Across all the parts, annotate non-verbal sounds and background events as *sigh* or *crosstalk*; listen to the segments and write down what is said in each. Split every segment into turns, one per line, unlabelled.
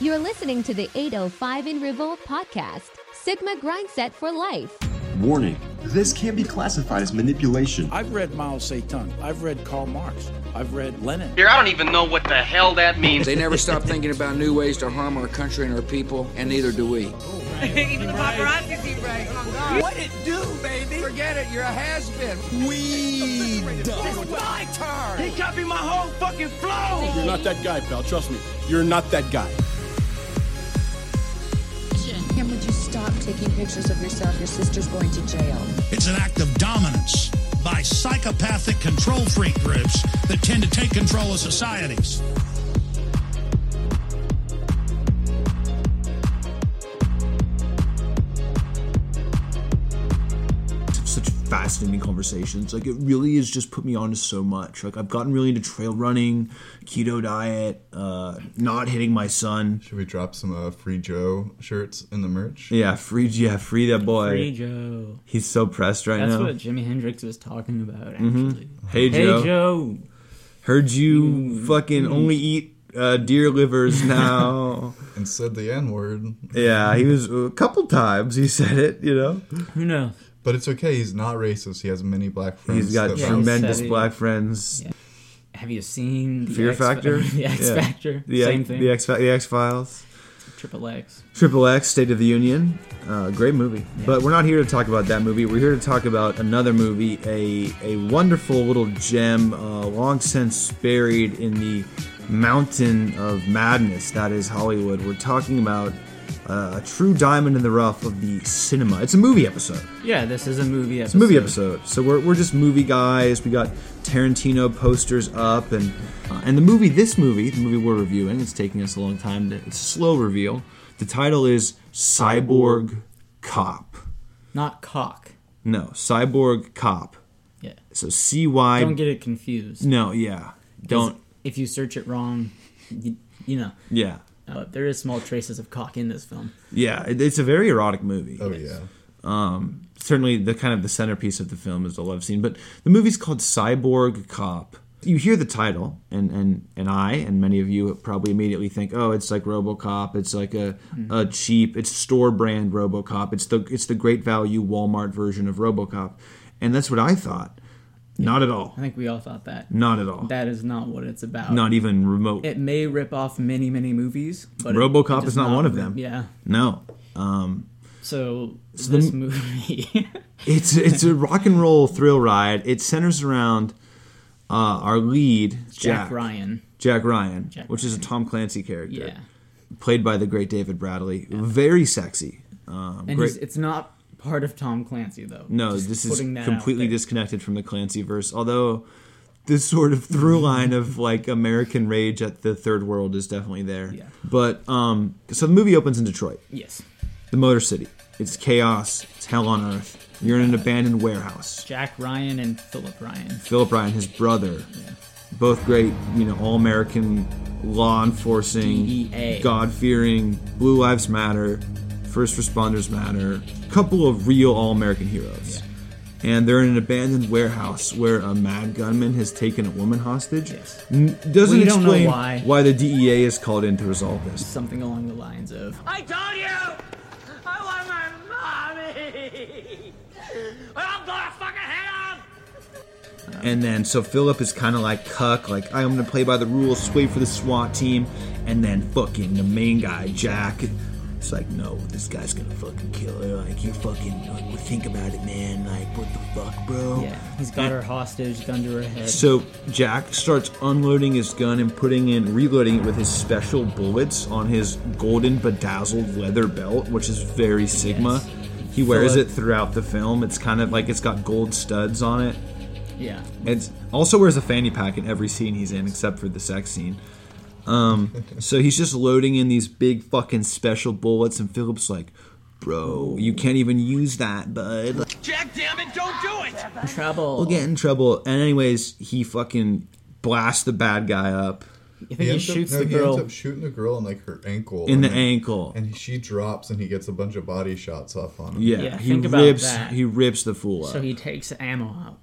You're listening to the 805 in Revolt podcast, Sigma Grindset for Life.
Warning this can be classified as manipulation.
I've read Mao Zedong. I've read Karl Marx. I've read Lenin.
Here, I don't even know what the hell that means.
They never stop thinking about new ways to harm our country and our people, and neither do we.
Even the paparazzi see right.
What it do, baby?
Oh, Forget it, you're a has-been.
We
It's my turn.
He copied my whole fucking flow.
You're not that guy, pal. Trust me. You're not that guy.
Kim, would you stop taking pictures of yourself? Your sister's going to jail.
It's an act of dominance by psychopathic control freak groups that tend to take control of societies.
such fascinating conversations. Like it really has just put me on to so much. Like I've gotten really into trail running, keto diet, uh, not hitting my son.
Should we drop some uh, Free Joe shirts in the merch?
Yeah, free yeah, free that boy.
Free Joe.
He's so pressed right
That's
now. Mm-hmm.
what Jimi Hendrix was talking about, actually. Hey,
Hey Joe,
Joe.
heard you fucking only eat uh,
*laughs*
deer livers now.
And said the N word.
yeah, he was a couple times he said it. You know,
Who knows?
But it's okay. He's not racist. He has many black friends.
he's got
that-
tremendous
said it.
black friends.
Have you seen the
Fear
X- *laughs*
Factor,
the X
Yeah.
Factor.
the
Same
X,
thing.
the X, the X Files.
Triple X.
Triple X, State of the Union, uh, great movie. But we're not here to talk about that movie. We're here to talk about another movie, a a wonderful little gem, uh, long since buried in the mountain of madness that is Hollywood. We're talking about uh, a true diamond in the rough of the cinema. It's a movie episode.
Yeah, this is a movie episode.
It's a movie episode. So we're, we're just movie guys. We got Tarantino posters up, and uh, and the movie, this movie, the movie we're reviewing, it's taking us a long time. To, it's a slow reveal. The title is Cyborg Cop.
Not cock.
No, Cyborg Cop.
Yeah.
So C Y.
Don't get it confused.
No, yeah, don't.
If you search it wrong, you, you know.
Yeah,
Uh, there is small traces of cock in this film.
yeah. It, it's a very erotic movie. Um,
Oh yeah.
certainly the kind of the centerpiece of the film is the love scene but the movie's called cyborg cop you hear the title and and and i and many of you probably immediately think oh it's like robocop it's like a
Mm-hmm.
a cheap it's store brand robocop it's the it's the great value walmart version of robocop and that's what i thought not at all
I think we all thought that.
not at all
That is not what it's about.
not even remote
It may rip off many, many movies, but it- it
RoboCop
does
is not one of
rip-
them.
Yeah.
no Um,
So, this movie, *laughs*
it's it's a rock and roll thrill ride it centers around uh, our lead
Jack Ryan.
Jack Ryan,
Jack
which is a Tom Clancy character,
Yeah.
played by the great David Bradley. Very sexy. Um,
And
great.
he's, it's not part of Tom Clancy though.
no,
Just
this is
putting that out
completely
there.
disconnected from the Clancy verse. Although this sort of through line of like American rage at the third world is definitely there.
Yeah.
But um, so the movie opens in Detroit,
Yes.
the Motor City. It's chaos. It's hell on earth. You're in an abandoned warehouse.
Jack Ryan and Philip Ryan.
Philip Ryan, his brother, both great, you know, all American law enforcing,
DEA.
God fearing, Blue Lives Matter, First Responders Matter, couple of real all American heroes. And they're in an abandoned warehouse where a mad gunman has taken a woman hostage.
Yes.
N- Doesn't
We don't know
explain
why.
the DEA is called in to resolve this.
Something along the lines of
I told you. I want my mommy. Well, I'm gonna fucking head off.
And then so Philip is kind of like cuck, like I'm gonna play by the rules, wait for the SWAT team, and then fucking the main guy Jack. It's like no, this guy's gonna fucking kill her. Like you fucking like, well, think about it, man. Like what the fuck, bro?
yeah, he's got her hostage, gun to her head.
So Jack starts unloading his gun and putting in, reloading it with his special bullets on his golden bedazzled leather belt, which is very Sigma. He wears
Philip-
it throughout the film. It's kind of like it's got gold studs on it.
yeah.
It's also wears a fanny pack in every scene he's in, except for the sex scene.
*laughs*
Um, so he's just loading in these big fucking special bullets, and Philip's like, "Bro, you can't even use that, bud. Like,
Jack, damn it, don't do it.
Trouble.
We'll get in trouble." And anyways, he fucking blasts the bad guy up
I think he,
ends up-
shoots
no,
the
he
girl.
ends up shooting a girl in like her ankle.
in the
and then-
ankle.
And she drops, and he gets a bunch of body shots off on him.
Yeah,
Yeah,
he
think about
rips.
that.
He rips the fool up.
So he takes the ammo out.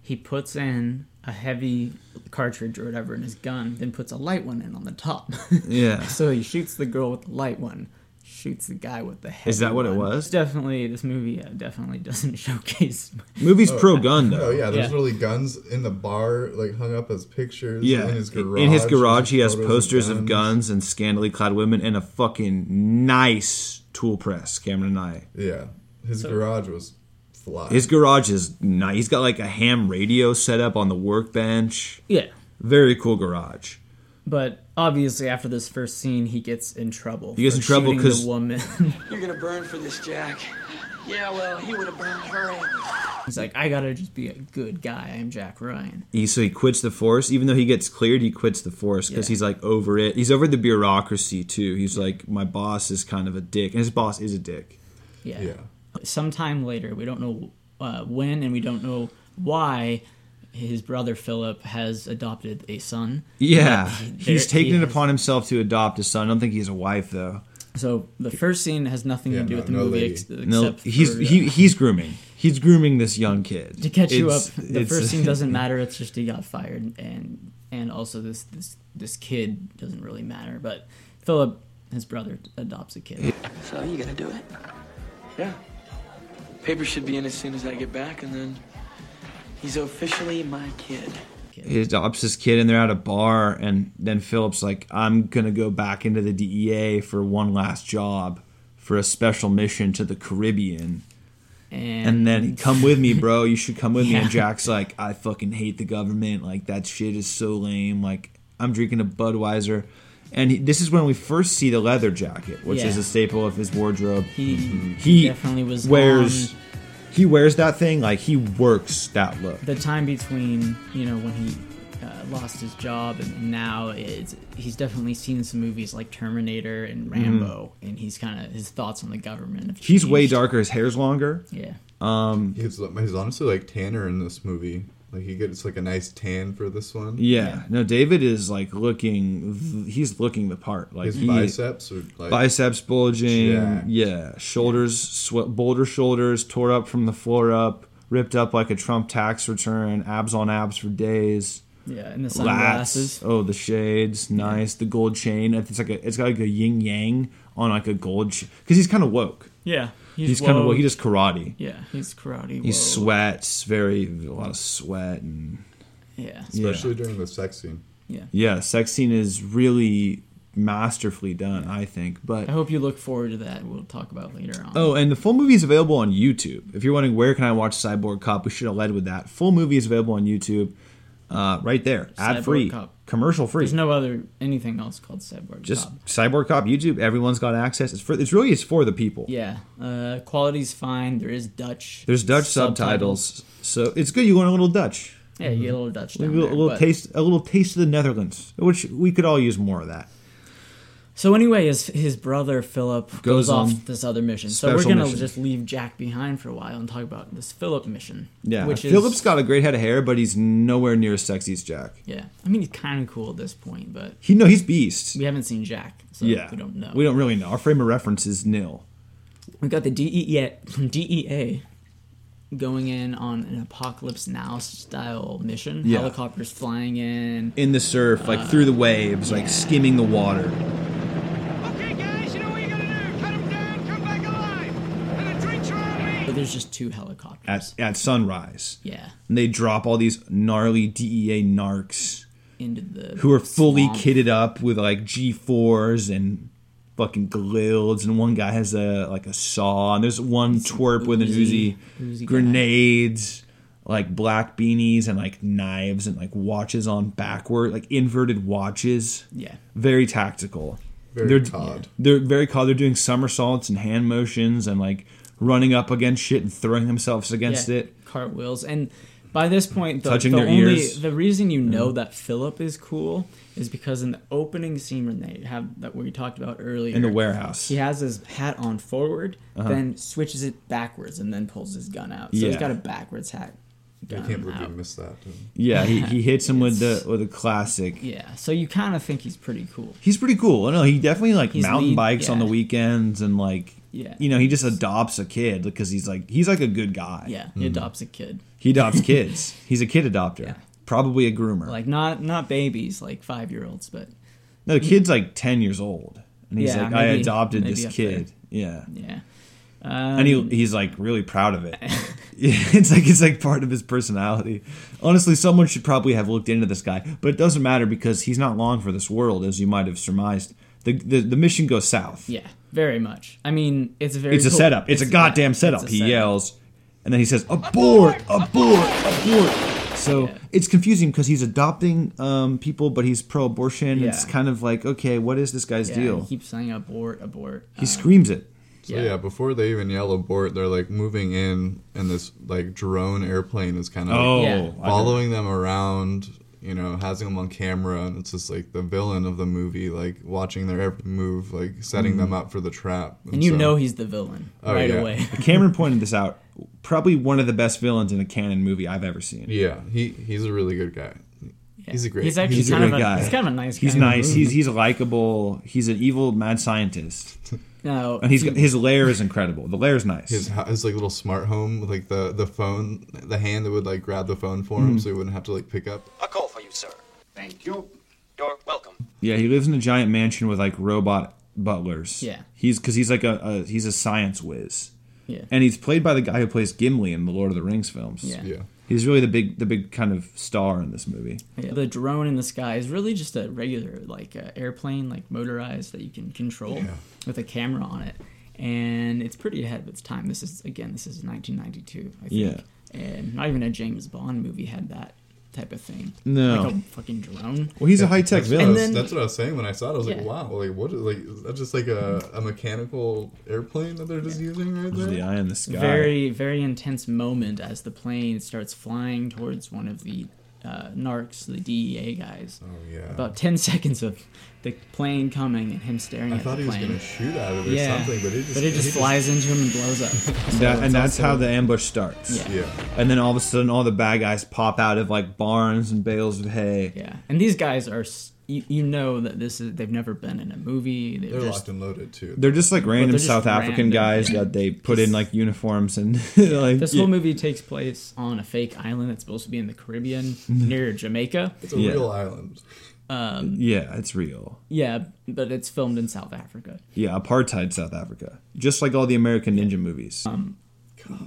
He puts in a heavy cartridge or whatever in his gun, then puts a light one in on the top. *laughs*
Yeah.
so he shoots the girl with the light one, shoots the guy with the heavy
Is that what it
one.
was?
It's definitely, this movie uh, definitely *laughs* doesn't showcase.
Movie's pro-gun, though.
Oh yeah, there's really guns in the bar, like hung up as pictures.
Yeah,
in his garage.
In his garage,
there's
he has
photos
posters of guns. and scantily clad women and a fucking nice tool press. Cameron and I.
Yeah, his garage was fly.
His garage is nice. He's got like a ham radio set up on the workbench.
Yeah.
Very cool garage.
But obviously, after this first scene, he gets in trouble.
He gets
for
in trouble
shooting the
'cause-
woman. *laughs*
You're gonna burn for this, Jack. Yeah, well, he would have burned her.
He's like, I gotta just be a good guy. I'm Jack Ryan.
He, so he quits the force, even though he gets cleared. He quits the force because he's like over it. He's over the bureaucracy too. He's like, my boss is kind of a dick, and his boss is a dick.
Yeah. Sometime later, we don't know uh, when and we don't know why his brother Philip has adopted a son.
Yeah,
But
he's
there-
taken
he
it
has-
upon himself to adopt his son. I don't think he has a wife though.
So the first scene has nothing
Yeah,
to do
no-
with the
no
movie
lady.
ex- except
No, he's
for, uh,
he, he's grooming. He's grooming this young kid
to catch you up.
It's-
The
it's-
first
*laughs*
scene doesn't matter. It's just he got fired, and and also this this this kid doesn't really matter. But Philip, his brother, adopts a kid.
So you gonna do it? Yeah. Papers should be in as soon as I get back, and then he's officially my kid.
He adopts his kid, and they're at a bar, and then Philip's like, "I'm gonna go back into the DEA for one last job, for a special mission to the Caribbean."
And,
And then come with me, bro. You should come with me.
*laughs* Yeah.
And Jack's like, I fucking hate the government. Like that shit is so lame. Like I'm drinking a Budweiser, and he, this is when we first see the leather jacket, which is
Yeah.
a staple of his wardrobe.
He definitely was
wears he wears that thing like he works that look.
the time between you know when he uh, lost his job and now is he's definitely seen some movies like Terminator and Rambo, and he's kind of his thoughts on the government. have
Mm-hmm. He's way
changed.
darker. His hair's longer.
Yeah.
Um.
He's, he's honestly like tanner in this movie. Like he gets like a nice tan for this one.
Yeah. No, David is like looking. He's looking the part. Like
His
he-
biceps are, like,
biceps bulging.
jacked.
Yeah. Shoulders, swe boulder shoulders, tore up from the floor up, ripped up like a Trump tax return. Abs on abs for days.
Yeah, and the
Lats.
sunglasses.
Oh, the shades, nice. The gold chain. It's like a. It's got like a yin yang on like a gold. Because he's kind of woke.
Yeah,
He's,
he's
kind of
woke.
woke. He does karate.
Yeah, he's karate.
He
woke.
sweats very a lot of sweat and
Yeah.
Especially during the sex scene.
Yeah.
yeah. Sex scene is really masterfully done, I think. But
I hope you look forward to that. We'll talk about later on.
oh, and the full movie is available on YouTube. If you're wondering where can I watch Cyborg Cop, we should have led with that. Full movie is available on YouTube, uh, right there, ad
Cyborg
free,
Cop.
commercial free.
There's no other anything else called Cyborg
just
Cop.
Cyborg Cop YouTube. Everyone's got access. It's for. It's really it's for the people.
Yeah. Uh, quality's fine. There is Dutch.
There's Dutch subtitles, so it's good. You learn a little Dutch.
Yeah, you get a little Dutch.
Mm-hmm. A
Down
little,
there,
a little
but-
taste, a little taste of the Netherlands, which we could all use more of that.
So anyway, his his brother Philip goes,
Goes on
off this other mission. So we're
special
gonna
mission.
just leave Jack behind for a while and talk about this Philip mission.
Yeah,
Which is
Phillips got a great head of hair, but he's nowhere near as sexy as Jack.
Yeah. I mean, he's kind of cool at this point, but
He no, he's beast.
we haven't seen Jack, so
yeah,
we don't know.
We don't really know. Our frame of reference is nil.
We got the E DEA, DEA E going in on an apocalypse now style mission.
Yeah.
Helicopters flying in.
In the surf,
Uh.
like through the waves, like skimming the water.
But there's just two helicopters.
at at sunrise.
Yeah.
and they drop all these gnarly DEA narcs
Into the
who are fully
swamp.
kitted up with like G fours and fucking glilds, and one guy has a like a saw, and there's one twerp with an
Uzi-
Uzi,
Uzi guy.
grenades. Like black beanies and like knives and like watches on backward, like inverted watches.
Yeah.
Very tactical.
Very
they're,
Todd.
They're very cod. They're doing somersaults and hand motions and like running up against shit and throwing themselves against
Yeah,
it.
Cartwheels. And by this point, the,
Touching
the
their
only,
ears. Mm-hmm.
The reason you know that Philip is cool is because in the opening scene when they have that we talked about earlier
In the warehouse.
he has his hat on forward,
Uh-huh.
then switches it backwards, and then pulls his gun out. So he's
Yeah.
got a backwards hat.
I
gun
can't believe
out.
you missed that. dude.
Yeah, he, he hits him with the with a classic.
Yeah, so you kind of think he's pretty cool.
He's pretty cool. No, he definitely like
He's
mountain
lead-
bikes on
yeah.
the weekends and like
Yeah.
you know, he just adopts a kid because he's like he's like a good guy.
Yeah, he adopts a kid.
He adopts kids. He's a kid adopter. probably a groomer.
Like not not babies, like five year olds, but
no, the kid's like ten years old, and he's
Yeah,
like, I
maybe-
adopted
maybe
this
up
kid. Yeah,
yeah. Um,
and he, he's like really
*laughs*
proud of it. *laughs* Yeah, it's like it's like part of his personality. Honestly, someone should probably have looked into this guy, but it doesn't matter because he's not long for this world, as you might have surmised. The the, the mission goes south.
Yeah, very much. I mean, it's a very.
it's a
cool-
setup. It's, a goddamn setup.
it's a
he
setup.
yells, and then he says, "Abort! Abort! Abort!" So it's confusing because he's adopting um, people, but he's pro-abortion. It's
Yeah.
kind of like, okay, what is this guy's
yeah,
deal?
He keeps saying abort, abort. uh,
He screams it.
So yeah. before they even yell abort, they're like moving in, and this like drone airplane is kind of
Oh, Yeah.
like, following them around. You know, having them on camera, and it's just like the villain of the movie, like watching their every move, like setting them up for the trap.
And you
so-
know he's the villain
Oh, *laughs*
right
yeah.
away.
Cameron pointed this out. Probably one of the best villains in a canon movie I've ever seen.
Yeah, he he's a really good guy. He's a great.
He's actually
a
kind of
good
a- he's kind of a nice
He's
guy.
nice. He's he's likable. He's an evil mad scientist.
No,
and he's
he-
his lair is incredible. The lair is nice.
his ho- his like little smart home with like the the phone, the hand that would like grab the phone for him,
Mhm.
so he wouldn't have to like pick up.
A call for you, sir. Thank you. You're welcome.
yeah, he lives in a giant mansion with like robot butlers.
Yeah.
he's because he's like a, a he's a science whiz.
Yeah.
and he's played by the guy who plays Gimli in the Lord of the Rings films.
Yeah. Yeah.
he's really the big the big kind of star in this movie.
Yeah, the drone in the sky is really just a regular like uh, airplane, like motorized that you can control
Yeah.
with a camera on it, and it's pretty ahead of its time. This is again, this is 1992, I think,
Yeah.
and not even a James Bond movie had that type of thing.
No.
like a fucking drone.
Yeah, that's what I was- that's what I was saying when I saw it. I was
Yeah.
like, wow, like what? Is, like is that just like a, a mechanical airplane that they're just using right there?
Very, very intense moment as the plane starts flying towards one of the uh, narcs, the DEA guys.
Oh yeah.
About ten *laughs* seconds of the plane coming and him staring
I
at
thought
the
he was
plane.
gonna shoot at it or something, but it just- it just-
flies into him and
*laughs*
blows up. So
That-
it's
and that's
also-
how the ambush starts.
Yeah. Yeah.
And then all of a sudden, all the bad guys pop out of like barns and bales of hay.
Yeah. And these guys are. s- You, you know that this is they've never been in a movie. They're,
They're
just,
locked and loaded too.
They're just like
But
random
they're just
South African
random,
guys
yeah.
that they put in like uniforms and *laughs* like.
This
yeah.
whole movie takes place on a fake island that's supposed to be in the Caribbean near Jamaica.
It's a real island.
Um,
Yeah, it's real.
yeah, but it's filmed in South Africa.
Yeah, apartheid South Africa, just like all the American Ninja movies.
Um,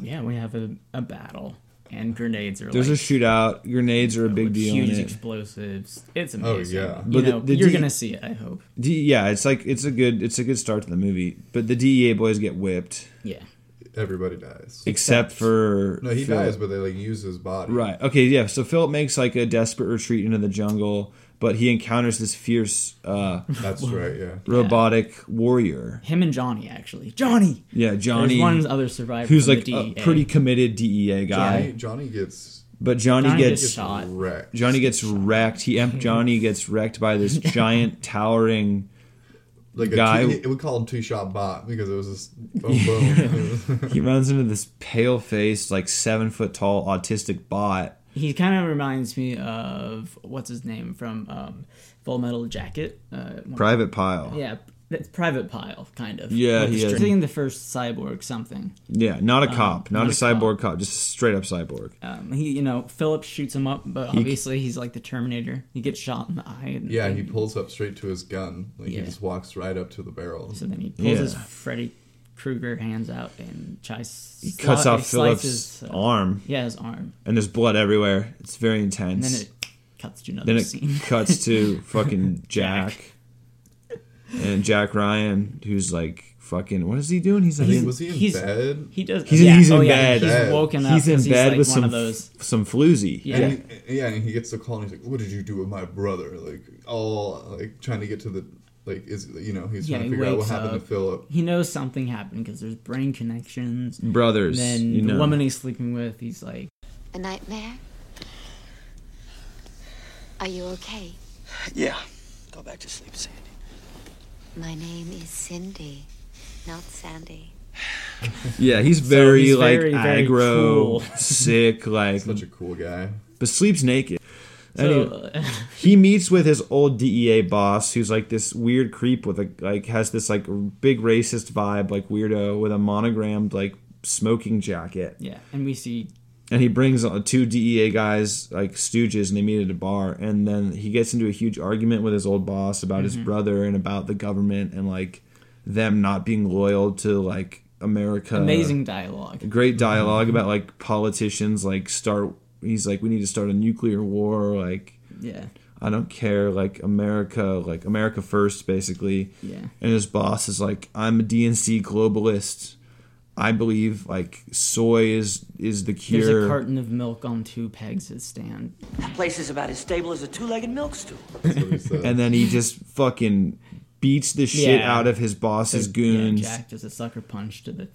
Yeah, we have a, a battle and grenades are
There's
like
a shootout. Grenades are a big deal.
huge
in it.
explosives. It's
Oh,
amazing.
yeah.
You
But the-
know,
the
you're
D-
gonna see it. I hope.
D- yeah, it's like it's a good it's a good start to the movie. But the DEA boys get whipped,
Yeah.
Everybody dies.
except for
No, he
Phil.
dies, but they like use his body.
Right. Okay. Yeah. So Philip makes like a desperate retreat into the jungle, but he encounters this fierce. Uh,
That's right, yeah.
*laughs* Robotic warrior.
Him and Johnny actually. Johnny.
Yeah, Johnny.
There's one other survivor.
who's
from
like
the E
a
DEA.
pretty committed DEA guy.
Johnny, Johnny gets.
But Johnny,
Johnny
gets,
gets shot.
Wrecked.
Johnny gets wrecked. He em- Johnny gets wrecked by
*laughs*
this giant towering
Like a
guy.
two, it would call him two shot bot because it was just boom boom.
he runs into this pale faced, like seven foot tall autistic bot.
He kind of reminds me of what's his name from um, Full Metal Jacket. Uh, one-
Private Pyle.
Yeah, that's Private Pile, kind of.
Yeah,
With the
he
string-
is.
I think the first cyborg something.
Yeah, not a
Um,
cop, not,
not
a,
a
cyborg cop. just a straight up cyborg.
Um, he, you know, Philip shoots him up, but
He-
obviously he's like the Terminator. He gets shot in the eye. And,
yeah, he
and
pulls up straight to his gun. Like
Yeah.
he just walks right up to the barrel.
So then he pulls his
Yeah.
Freddy Krueger hands out and tries.
He cuts off Philip's
uh,
arm.
Yeah, his arm.
And there's blood everywhere. It's very
And
intense.
then it cuts to another
Then it
scene.
*laughs*
*laughs*
cuts to fucking Jack. And Jack Ryan, who's like fucking, what is he doing? He's like,
He's-
in-
was he in bed?
He does.
He's,
yeah,
he's in
oh, yeah,
bed.
He's woken up.
He's in
'cause
bed
like
with
one
some
of those.
f- some floozy.
Yeah.
And he, yeah, and he gets the call and he's like, "What did you do with my brother?" Like all like trying to get to the like is you know he's
yeah,
trying
he
to figure out what
wakes
happened to
up.
Philip.
He knows something happened because there's brain connections.
Brothers,
And then
you
the
know.
woman he's sleeping with, he's like,
A nightmare? Are you okay?
Yeah. Go back to sleep, Sandy.
My name is Cindy, not Sandy.
Yeah, he's
So
very
he's
like
very, very
aggro,
cool.
*laughs* sick, like such
a cool guy.
But sleeps naked.
So-
Anyway, he meets with his old DEA boss, who's like this weird creep with a like has this like big racist vibe, like weirdo with a monogrammed like smoking jacket.
yeah. And we see
and he brings uh, two DEA guys like stooges, and they meet at a bar, and then he gets into a huge argument with his old boss about his
Mm-hmm.
Mhm.
brother and about the government and like them not being loyal to like America.
Amazing dialogue.
Great dialog about like politicians like start. He's like, we need to start a nuclear war. Like,
Yeah.
I don't care. Like America, like America first, basically.
Yeah.
And his boss is like, I'm a DNC globalist. I believe like soy is is the cure.
There's a carton of milk on two pegs at stand.
That place is about as stable as a two-legged milk stool.
*laughs* and then he just fucking beats the shit
Yeah.
out of his boss's
So,
goons.
Yeah,
Yeah,
Jack does a sucker punch to the.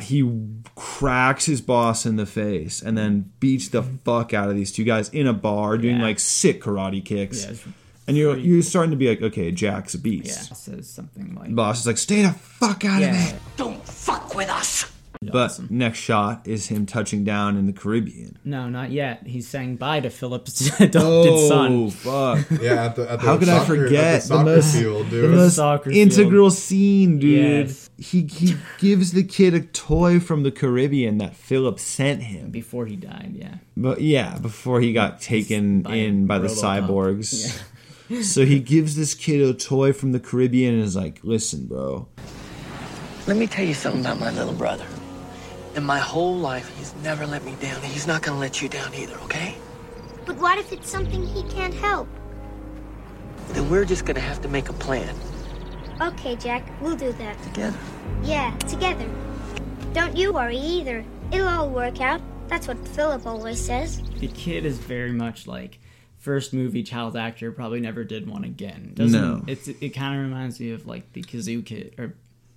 he cracks his boss in the face and then beats the fuck out of these two guys in a bar doing like sick karate kicks.
Yeah, it's
and you're you're starting to be like, okay, Jack's a
Yeah,
beast.
says something like.
Boss is like, stay the fuck out of
Yeah.
it.
Don't fuck with us.
But next shot is him touching down in the Caribbean.
No, not yet. He's saying bye to Philip's *laughs* adopted
Oh,
son. *laughs*
fuck.
Yeah, at the- at the
How could I
soccer- at the
forget the,
soccer
most,
field,
the
dude.
most
Soccer field.
integral scene, dude?
Yes.
He he gives the kid a toy from the Caribbean that Philip sent him
before he died. Yeah.
But yeah, before he got taken in by the
Robocop.
cyborgs. *laughs* so he gives this kid a toy from the Caribbean and is like, "Listen, bro,
Let me tell you something about my little brother. In my whole life, he's never let me down, and he's not gonna let you down either, okay?
But what if it's something he can't help?
Then we're just gonna have to make a plan.
Okay, Jack, we'll do that. Together? Yeah, together. Don't you worry either. It'll all work out. That's what Philip always says.
The kid is very much like first movie child actor probably never did one again. Doesn't,
No.
It's it kind of reminds me of like the Kazoo kid or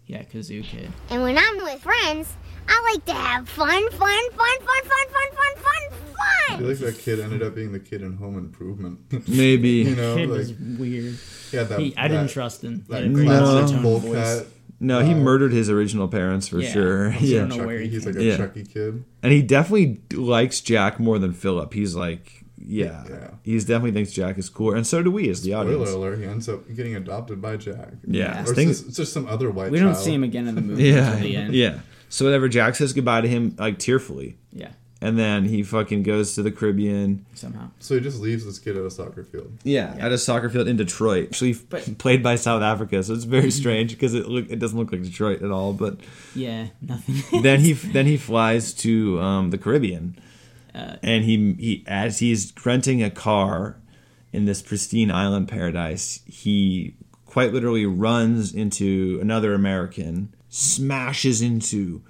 yeah Kazoo kid.
And when I'm with friends, I like to have fun, fun, fun, fun, fun, fun, fun, fun,
I
fun.
feel like that kid ended up being the kid in Home Improvement.
*laughs*
Maybe.
you know,
Kid
Oh, like
was weird.
yeah, that,
He- I
that-
didn't trust him. He
That
had a
classic
no,
bowl cut.
no, he murdered his original parents for
Yeah,
sure.
I don't
*laughs* Yeah,
know Chucky, where he he's like a Chucky kid.
and he definitely likes Jack more than Philip. He's like, yeah, he's definitely thinks Jack is cool, and so do we as the
Spoiler
audience.
alert: He ends up getting adopted by Jack.
Yeah.
or it's
Things-
just, it's just some other white.
We don't
child.
see him again in the movie
Yeah,
until the end.
yeah. So whatever, Jack says goodbye to him like tearfully.
Yeah.
and then he fucking goes to the Caribbean.
Somehow.
So he just leaves this kid at a soccer field.
Yeah, at a soccer field in Detroit, actually f- played by South Africa. So it's very strange because it look it doesn't look like Detroit at all. But
Yeah, nothing.
then he then he flies to um, the Caribbean, and he he as he's renting a car in this pristine island paradise, he quite literally runs into another American, smashes into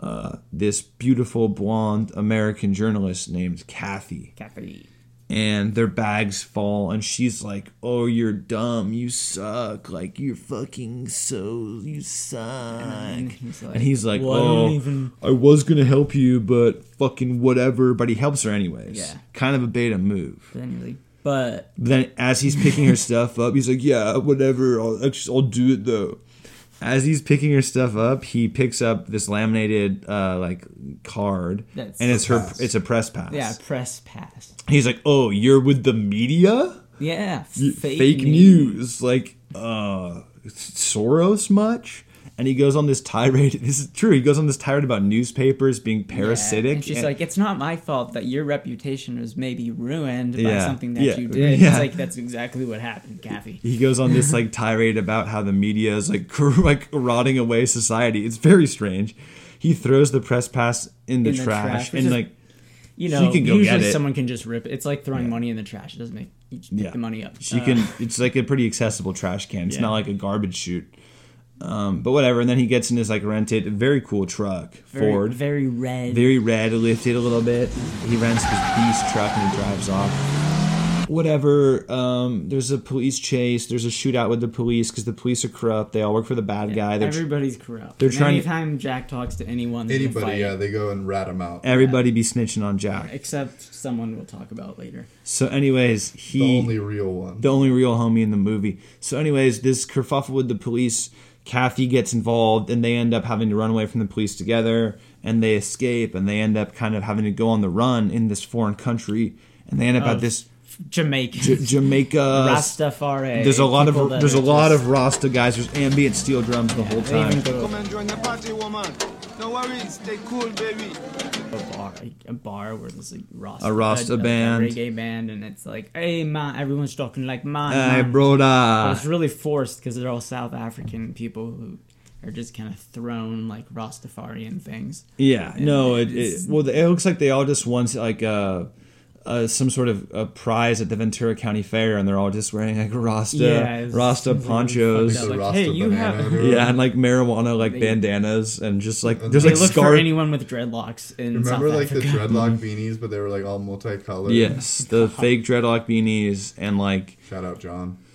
uh, this beautiful blonde American journalist named Kathy.
Kathy.
And their bags fall, and she's like, "Oh, you're dumb. You suck. Like you're fucking so you suck."
He's
and he's like,
"Well, I
"Oh,
don't
I,
even-
was gonna help you, but fucking whatever." But he helps her anyways.
Yeah.
kind of a beta move.
But anyway, but
Then as he's
*laughs*
picking her stuff up, he's like, "Yeah, whatever. I'll I'll just- I'll do it though." As he's picking her stuff up, he picks up this laminated uh, like card,
That's-
and it's her.
Press.
It's a press pass.
yeah, press pass.
He's like, "Oh, you're with the media?
Yeah,
You-
fake
news. Like, uh, Soros much?" And he goes on this tirade. *laughs* This is true. He goes on this tirade about newspapers being parasitic.
And she's
and-
like, it's not my fault that your reputation was maybe ruined by
Yeah,
something that
yeah,
you did.
yeah.
It's like that's exactly what happened, Kathy.
he goes
*laughs*
on this like tirade about how the media is like *laughs* cor- like rotting away society. It's very strange. He throws the press pass in the, trash,
which
and
is-
like
you
she
know,
can go
usually
get it.
someone can just rip. it. It's like throwing money in the trash. It doesn't make you just pick
Yeah.
the money up.
She
Uh,
can. It's like a pretty accessible trash can. It's
Yeah.
not like a garbage chute. Um, but whatever. And then he gets in his like rented, very cool truck,
Uh, very,
Ford,
very red.
very red, lifted a little bit. He rents this beast truck and he drives off. Whatever. Um, there's a police chase. There's a shootout with the police because the police are corrupt. They all work for the bad guy. They're tr-
Everybody's corrupt.
They're
And
trying. to,
Anytime Jack talks to anyone, there's a
Anybody,
fight,
yeah, they go and rat him out.
everybody be snitching on Jack.
except someone we'll talk about later.
So, anyways, he
The only real one.
the only real homie in the movie. So, anyways, this kerfuffle with the police, Kathy gets involved, and they end up having to run away from the police together, and they escape, and they end up kind of having to go on the run in this foreign country, and they end up
Of
at this
Jamaica,
J- *laughs* Jamaica.
Rastafari.
There's a lot
people
of
that
there's a
are
lot
just-
of Rasta guys. There's ambient steel drums the whole
they even
time.
go-
Come and join the party, woman. No worries, stay cool, baby.
a bar, a bar where there's like Rasta,
A Rasta band.
reggae band, and it's like, hey man, everyone's talking like man,
Hey,
man."
broda.
But it's really forced because they're all South African people who are just kind of thrown like Rastafarian things.
Yeah,
And
no, it,
it's-
it well, it looks like they all just won like uh, uh, some sort of a prize at the Ventura County Fair, and they're all just wearing like Rasta
Yeah, it's-
Rasta
it's really
ponchos,
fucked up. Like, Like the hey, Rasta you banana have- everywhere.
yeah, and like marijuana like
They-
bandanas, and just like there's
they
like
look
scar.
for anyone with dreadlocks in
Remember
South
like the
Africa.
dreadlock beanies, but they were like all multicolored.
yes, the fake dreadlock beanies and like
shout out John.
*laughs*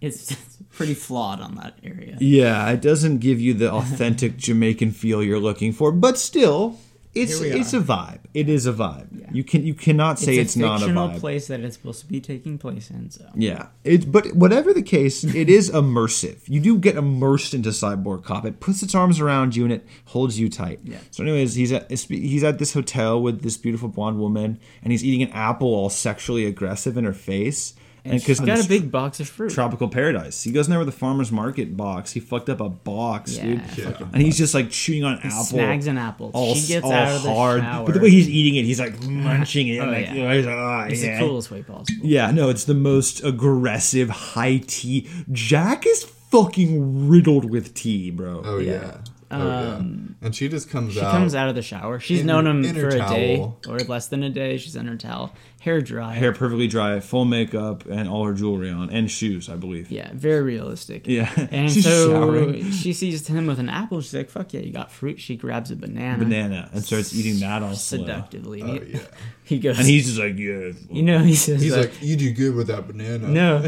It's pretty flawed on that area.
Yeah, it doesn't give
*laughs*
you the authentic Jamaican feel you're looking for, but still, it's
Here we
it's
are.
a vibe. It is a vibe. You can you cannot say it's,
a
not a
fictional
vibe.
place that it's supposed to be taking place in. So
Yeah. It, but whatever the case,
*laughs*
it is immersive. You do get immersed into Cyborg Cop. It puts its arms around you and it holds you tight. Yeah. So, anyways, he's at he's at this hotel with this beautiful blonde woman, and he's eating an apple, all sexually aggressive in her face.
And she's got a big box of fruit.
Tropical paradise. He goes in there with a farmer's market box. He fucked up a box,
Yeah,
dude.
Yeah. fucking
And he's just like chewing on an
He
apple.
snags an apple.
All,
She gets
all
out of the
hard.
shower.
But the way he's eating it, he's like munching it.
*laughs* Oh,
like,
yeah.
you know, he's like, "Ah,
It's the
yeah."
coolest way possible.
Yeah, no, it's the most aggressive high tea. Jack is fucking riddled with tea, bro.
Oh yeah. Oh, yeah. And she just comes
She
out.
comes out of the shower. She's
in-
known him
in her
for a day
towel.
or less than a day. She's in her towel, hair dry,
Hair perfectly dry, full makeup, and all her jewelry on, and shoes, I believe.
Yeah, very realistic.
Yeah.
And
*laughs* She's
so
showering.
she sees him with an apple. She's like, "Fuck yeah, you got fruit." She grabs a banana,
Banana, and starts eating that all slow.
seductively. And *laughs*
Oh,
he,
yeah.
he goes,
And he's just like, yeah.
You know, he says,
He's
uh,
like, you do good with that banana. *laughs*
No.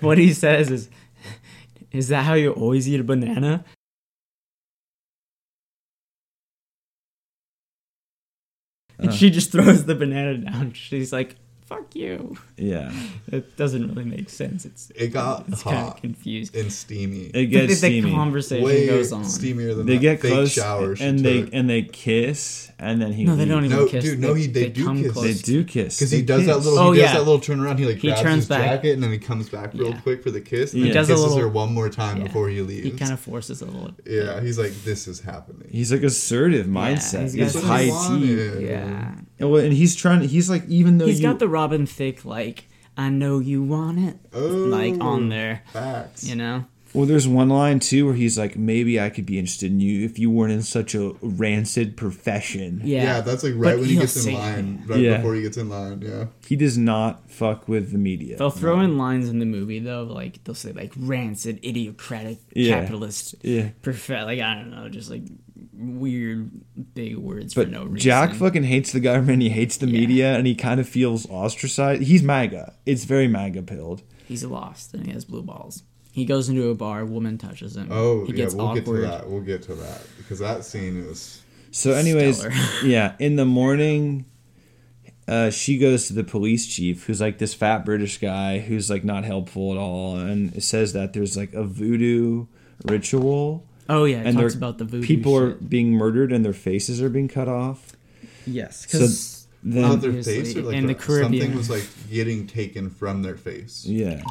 what he says is, is that how you always eat a banana? And
Uh.
Uh-huh.
she just throws the banana down. She's like, fuck you.
Yeah.
It doesn't really make sense. It's
It got
it's kinda
hot
confused
and steamy.
It gets
the
steamy.
conversation
Way
goes on.
steamier than
They
that
get
fake
close
shower she
and they
took.
and they kiss, and then he.
No, they don't
leaves.
even No, kiss. dude, no, They- he-
they they do come kiss.
They
close.
do kiss
'Cause he
They
does that
kiss.
little- he Oh, does yeah. that little turnaround, he, like, He grabs turns his back. jacket and then he comes back real quick for the kiss, and then kisses her one more time before he leaves.
He kind of forces a little.
Yeah, he's like, this is happening.
He's like assertive
Yeah,
mindset.
he's
he's
got-
high
That's what he wanted.
tea.
Yeah.
And, well, and he's trying. He's like, even though
He's
you
got the Robin Thicke like I know you want it like
Oh.
on there.
Facts.
You know.
Well, there's one line too where he's like, "Maybe I could be interested in you if you weren't in such a rancid profession."
Yeah, that's like right when he gets in line. Right
Yeah.
before he gets in line, yeah.
He does not fuck with the media.
They'll throw in lines in the movie though, like they'll say like rancid, idiocratic,
Yeah.
capitalist,
Yeah.
profe- like I don't know, just like weird big words
But
for no reason.
Jack fucking hates the government. He hates the media, and he kind of feels ostracized. He's MAGA. It's very MAGA pilled.
He's lost and he has blue balls. He goes into a bar, a woman touches him.
Oh,
he
yeah,
gets
we'll
awkward.
get to that. We'll get to that. Because that scene was.
So, anyways,
Stellar.
yeah, in the morning, uh, she goes to the police chief, who's like this fat British guy who's like not helpful at all, and it says that there's like a voodoo ritual.
Oh, yeah, it
and
talks
they're-
about the voodoo
People are being murdered and their faces are being cut off.
Yes,
because
Not their face or like
in the
a-
Caribbean.
something was like getting taken from their face.
Yeah.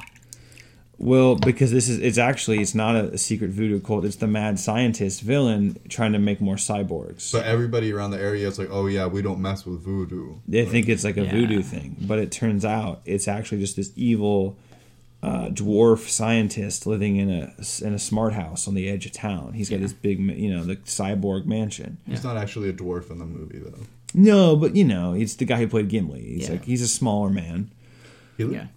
Well, because this is it's actually it's not a, secret voodoo cult. It's the mad scientist villain trying to make more cyborgs.
So everybody around the area is like, oh yeah, we don't mess with voodoo.
They think it's like a
Yeah.
voodoo thing, but it turns out it's actually just this evil uh, dwarf scientist living in a in a smart house on the edge of town. He's got this big, ma- you know, the cyborg mansion.
He's not actually a dwarf in the movie though.
No, but you know, it's the guy who played Gimli. He's
Yeah.
like he's a smaller man.
He looked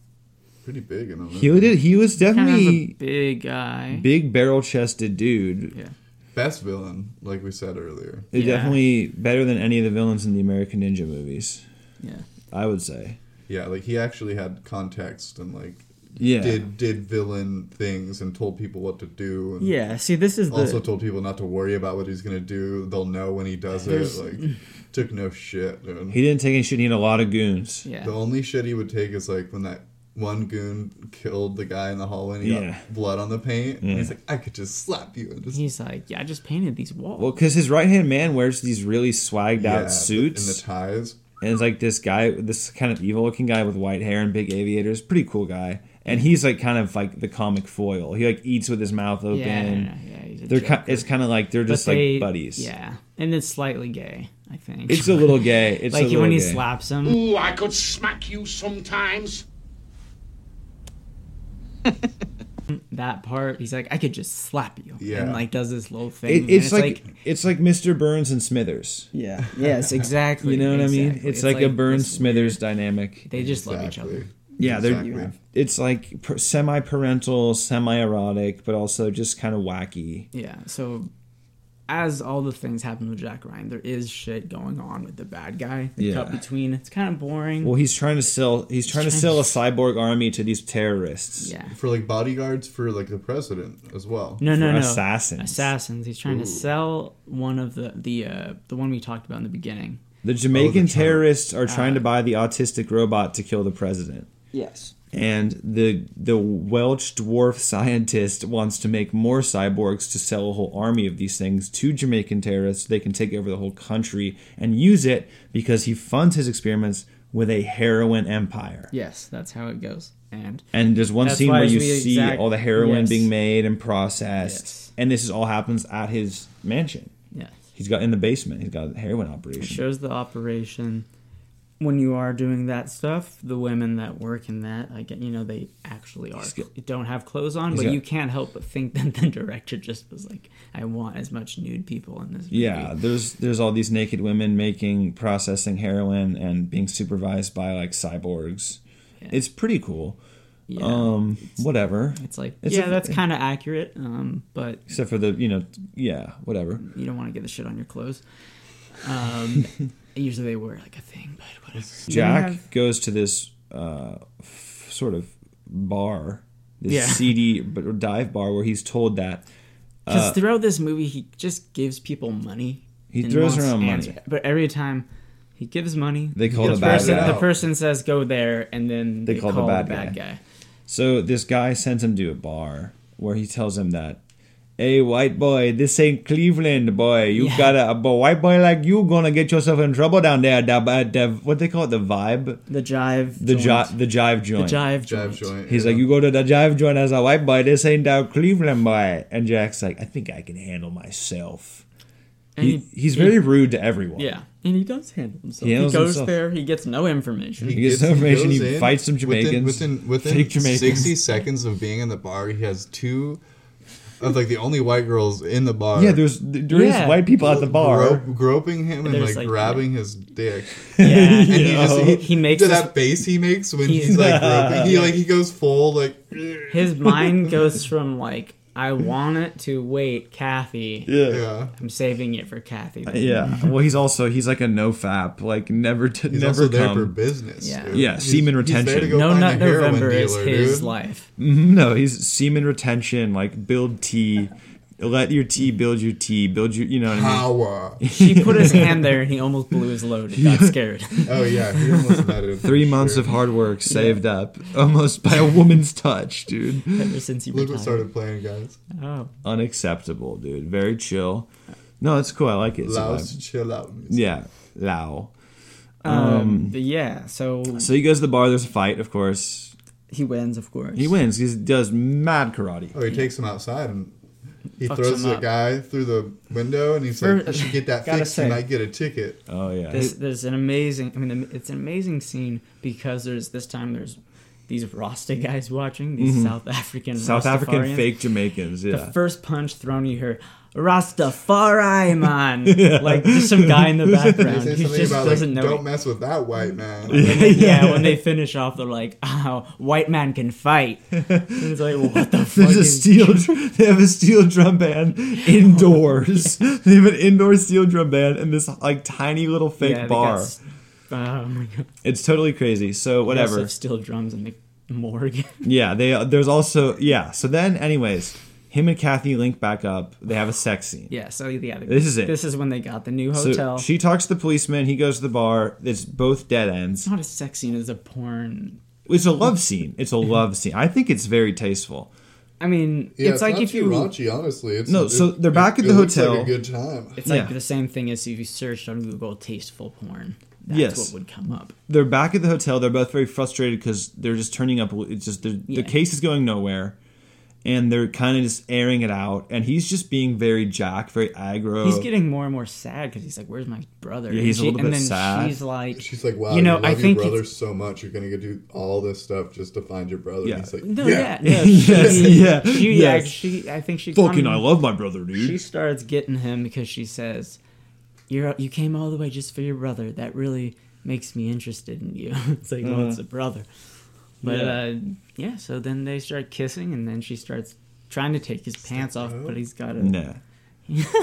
pretty big in the movie.
He did. He was
Kind of a
definitely
big guy.
big barrel chested dude.
Yeah.
Best villain, like we said earlier.
They're Definitely better than any of the villains in the American Ninja movies.
Yeah.
I would say.
Yeah, like he actually had context and like
Yeah.
did did villain things and told people what to do. And
Yeah, see, this is the-
also told people not to worry about what he's gonna do. They'll know when he does it.
There's-
Like took no shit. Dude.
He didn't take any shit. He had a lot of goons.
The only shit he would take is like when that one goon killed the guy in the hallway and he
Yeah.
got blood on the paint.
Yeah.
And he's like, I could just slap you and just
He's like, yeah, I just painted these walls.
Well, because his right hand man wears these really swagged
Yeah,
out suits
and the ties,
and it's like this guy, this kind of evil looking guy with white hair and big aviators, pretty cool guy. And he's like kind of like the comic foil. He like eats with his mouth open.
Yeah, yeah, yeah, he's a
they're ki- it's kind of like they're
But
just
they-
like buddies.
Yeah, and it's slightly gay.
I think
It's a
*laughs*
little gay. It's
like
a little
when he
gay.
slaps him.
Ooh, I could smack you sometimes.
that part, he's like, I could just slap you.
Yeah.
And like does this little thing.
It-
and
it's, like, it's like Mr. Burns and Smithers.
Yeah.
*laughs*
Yes, exactly, *laughs*
you know what I mean?
exactly.
It's,
It's
like, a
like
Burns Smithers dynamic.
they just love each other.
Yeah, they're
Exactly.
it's like semi parental, semi erotic, but also just kind of wacky.
Yeah. So as all the things happen with Jack Ryan, there is shit going on with the bad guy. The
Yeah.
cut between. It's kind of boring.
Well, he's trying to sell. He's trying to
trying
sell
to-
a cyborg army to these terrorists.
Yeah.
for like bodyguards for like the president as well.
No, no,
For
no.
assassins.
Assassins. He's trying
Ooh.
to sell one of the the uh, the one we talked about in the beginning.
The Jamaican
Oh, the
terrorists are
Ah.
trying to buy the autistic robot to kill the president.
Yes.
And the the Welsh dwarf scientist wants to make more cyborgs to sell a whole army of these things to Jamaican terrorists. so They can take over the whole country and use it because he funds his experiments with a heroin empire.
Yes, that's how it goes. And
And there's one
that's
scene
why
where you
we
see
exact-
all the heroin
yes.
being made and processed, and this is all happens at his mansion.
Yes.
he's got in the basement. He's got a heroin
It
operation.
shows the operation. When you are doing that stuff, the women that work in that, I get, you know, they actually are don't have clothes on,
He's
but
got-
you can't help but think that the director just was like, "I want as much nude people in this." movie."
Yeah, there's there's all these naked women making processing heroin and being supervised by like cyborgs. It's pretty cool.
Yeah.
um, whatever.
It's like yeah, that's kind of accurate. Um, but
except for the you know yeah whatever.
you don't want to get the shit on your clothes.
*laughs*
Um, usually they wear like a thing, but whatever.
Jack goes to this uh, f- sort of bar, this
Yeah.
seedy b- dive bar where he's told that.
Because
uh,
throughout this movie, he just gives people money.
He
and
throws
wants
around money.
answer- But every time he gives money,
They call
the
the bad
person,
guy.
The person says, "Go there," and then
they, call, the bad, guy. So this guy sends him to a bar where he tells him that, "Hey, white boy, this ain't Cleveland, boy. You
Yeah.
gotta, a bo- white boy like you gonna get yourself in trouble down there. Da, ba- da- what they call it, the vibe,
the jive,
the
joint.
jive, the jive joint,
The jive joint.
He's like, you go to the jive joint as a white boy. This ain't down Cleveland, boy. And Jack's like, I think I can handle myself.
And
He,
he-
he's
he-
very rude to everyone.
Yeah, and he does handle himself.
He
He,
handles
goes
himself.
there. He gets no information.
He He gets gets- no he information, he goes in, fights some
Within
Jamaicans,
within, within
fake Jamaicans.
sixty seconds of being in the bar, he has two of like the only white girls in the bar.
Yeah, there's there's white people at the bar.
Grope- groping him and
They're
like,
just like-
grabbing his dick.
Yeah.
and he
Yeah.
just he,
He makes
to
this-
that face he makes when he's,
*laughs*
like groping. He like he goes full like
His
*laughs*
mind goes from like I want it to wait, Kathy.
Yeah. Yeah.
I'm saving it for Kathy.
Uh,
Yeah. Well, he's also he's like a no fap, like never to
He's
never
also there
come.
for business,
Yeah.
dude.
Yeah,
He's-
semen
he's there to
retention.
go No find a Nut heroin November is dealer, his dude.
life.
Mhm, *laughs* No, he's semen retention. Like build tea, let your tea build your tea, build your you know what
Power.
I mean.
She put his hand there and he almost blew his load. He
*laughs*
got scared.
Three months of hard work saved up, almost by a woman's touch, dude.
Ever since he
Look what
retired.
started playing, guys.
Oh.
Unacceptable, dude. Very chill. No, it's cool. I like it. It's a
Laos,
vibe.
chill out.
Yeah, Lao.
Um, but yeah, so
So he goes to the bar. There's a fight, of course.
He wins, of course.
He wins. He does mad karate.
Oh, he takes him outside and he
Fucks
throws
him
the
up.
guy through the window, and he's like, "You should get that
*laughs* Gotta
fixed.
say.
You might get a ticket."
*laughs* Oh yeah.
There's, there's an amazing. I mean, it's an amazing scene because there's this time there's these Rasta guys watching these
Mhm.
South African
South African
Rastafarians.
fake Jamaicans. Yeah. *laughs*
The first punch thrown, you hear Rastafari
*laughs*
man, like just some guy in the background.
They say
He
something
just
about, like,
doesn't know.
Don't mess with that white man.
When they- yeah, when
*laughs*
they finish off, they're like, "Oh, white man can fight." And it's like, what the fuck?
There's a
is-
steel. dr- They have a steel drum band
*laughs*
indoors. They have an indoor steel drum band in this like tiny little fake
Yeah, they got
bar.
s- Oh my god.
It's totally crazy. So
They also
whatever.
have steel drums in the morgue. *laughs*
Yeah. They there's also yeah. So then anyways, him and Kathy link back up. They have a sex scene.
yeah. So yeah.
This is it.
This is when they got the new
So
hotel.
she talks to the policeman. He goes to the bar. It's both dead ends.
it's not a sex scene. It's a porn.
It's a love scene. It's a love scene. I think it's very tasteful.
I mean,
Yeah,
it's, like
not
if
too
you
raunchy, honestly. It's,
No,
it-
so they're back
it-
at the
it looks
hotel.
Like a good time.
It's like the same thing as if you searched on Google tasteful porn. That's
Yes.
what would come up.
They're back at the hotel. They're both very frustrated because they're just turning up. It's just the
Yeah.
the case is going nowhere, and they're kind of just airing it out. And he's just being very Jack, very aggro.
He's getting more and more sad because he's like, "Where's my brother?"
Yeah, he's a
And
little bit
and then
sad.
She's like,
She's like, wow,
you know,
love
I think
your brother
it's-
so much. You're gonna go do all this stuff just to find your brother.
Yeah.
And he's like,
No,
yeah,
*laughs*
yeah, no, *laughs*
Yes,
she,
yeah,
she
yes.
actually, I think she
Fucking, I love my brother, dude.
She starts getting him because she says, "You're you came all the way just for your brother. That really makes me interested in you." *laughs* it's like, well,
Uh-huh.
it's a brother, but
Yeah.
uh, yeah. So then they start kissing, and then she starts trying to take his pants off,
oh.
but he's got a
*laughs* Nah.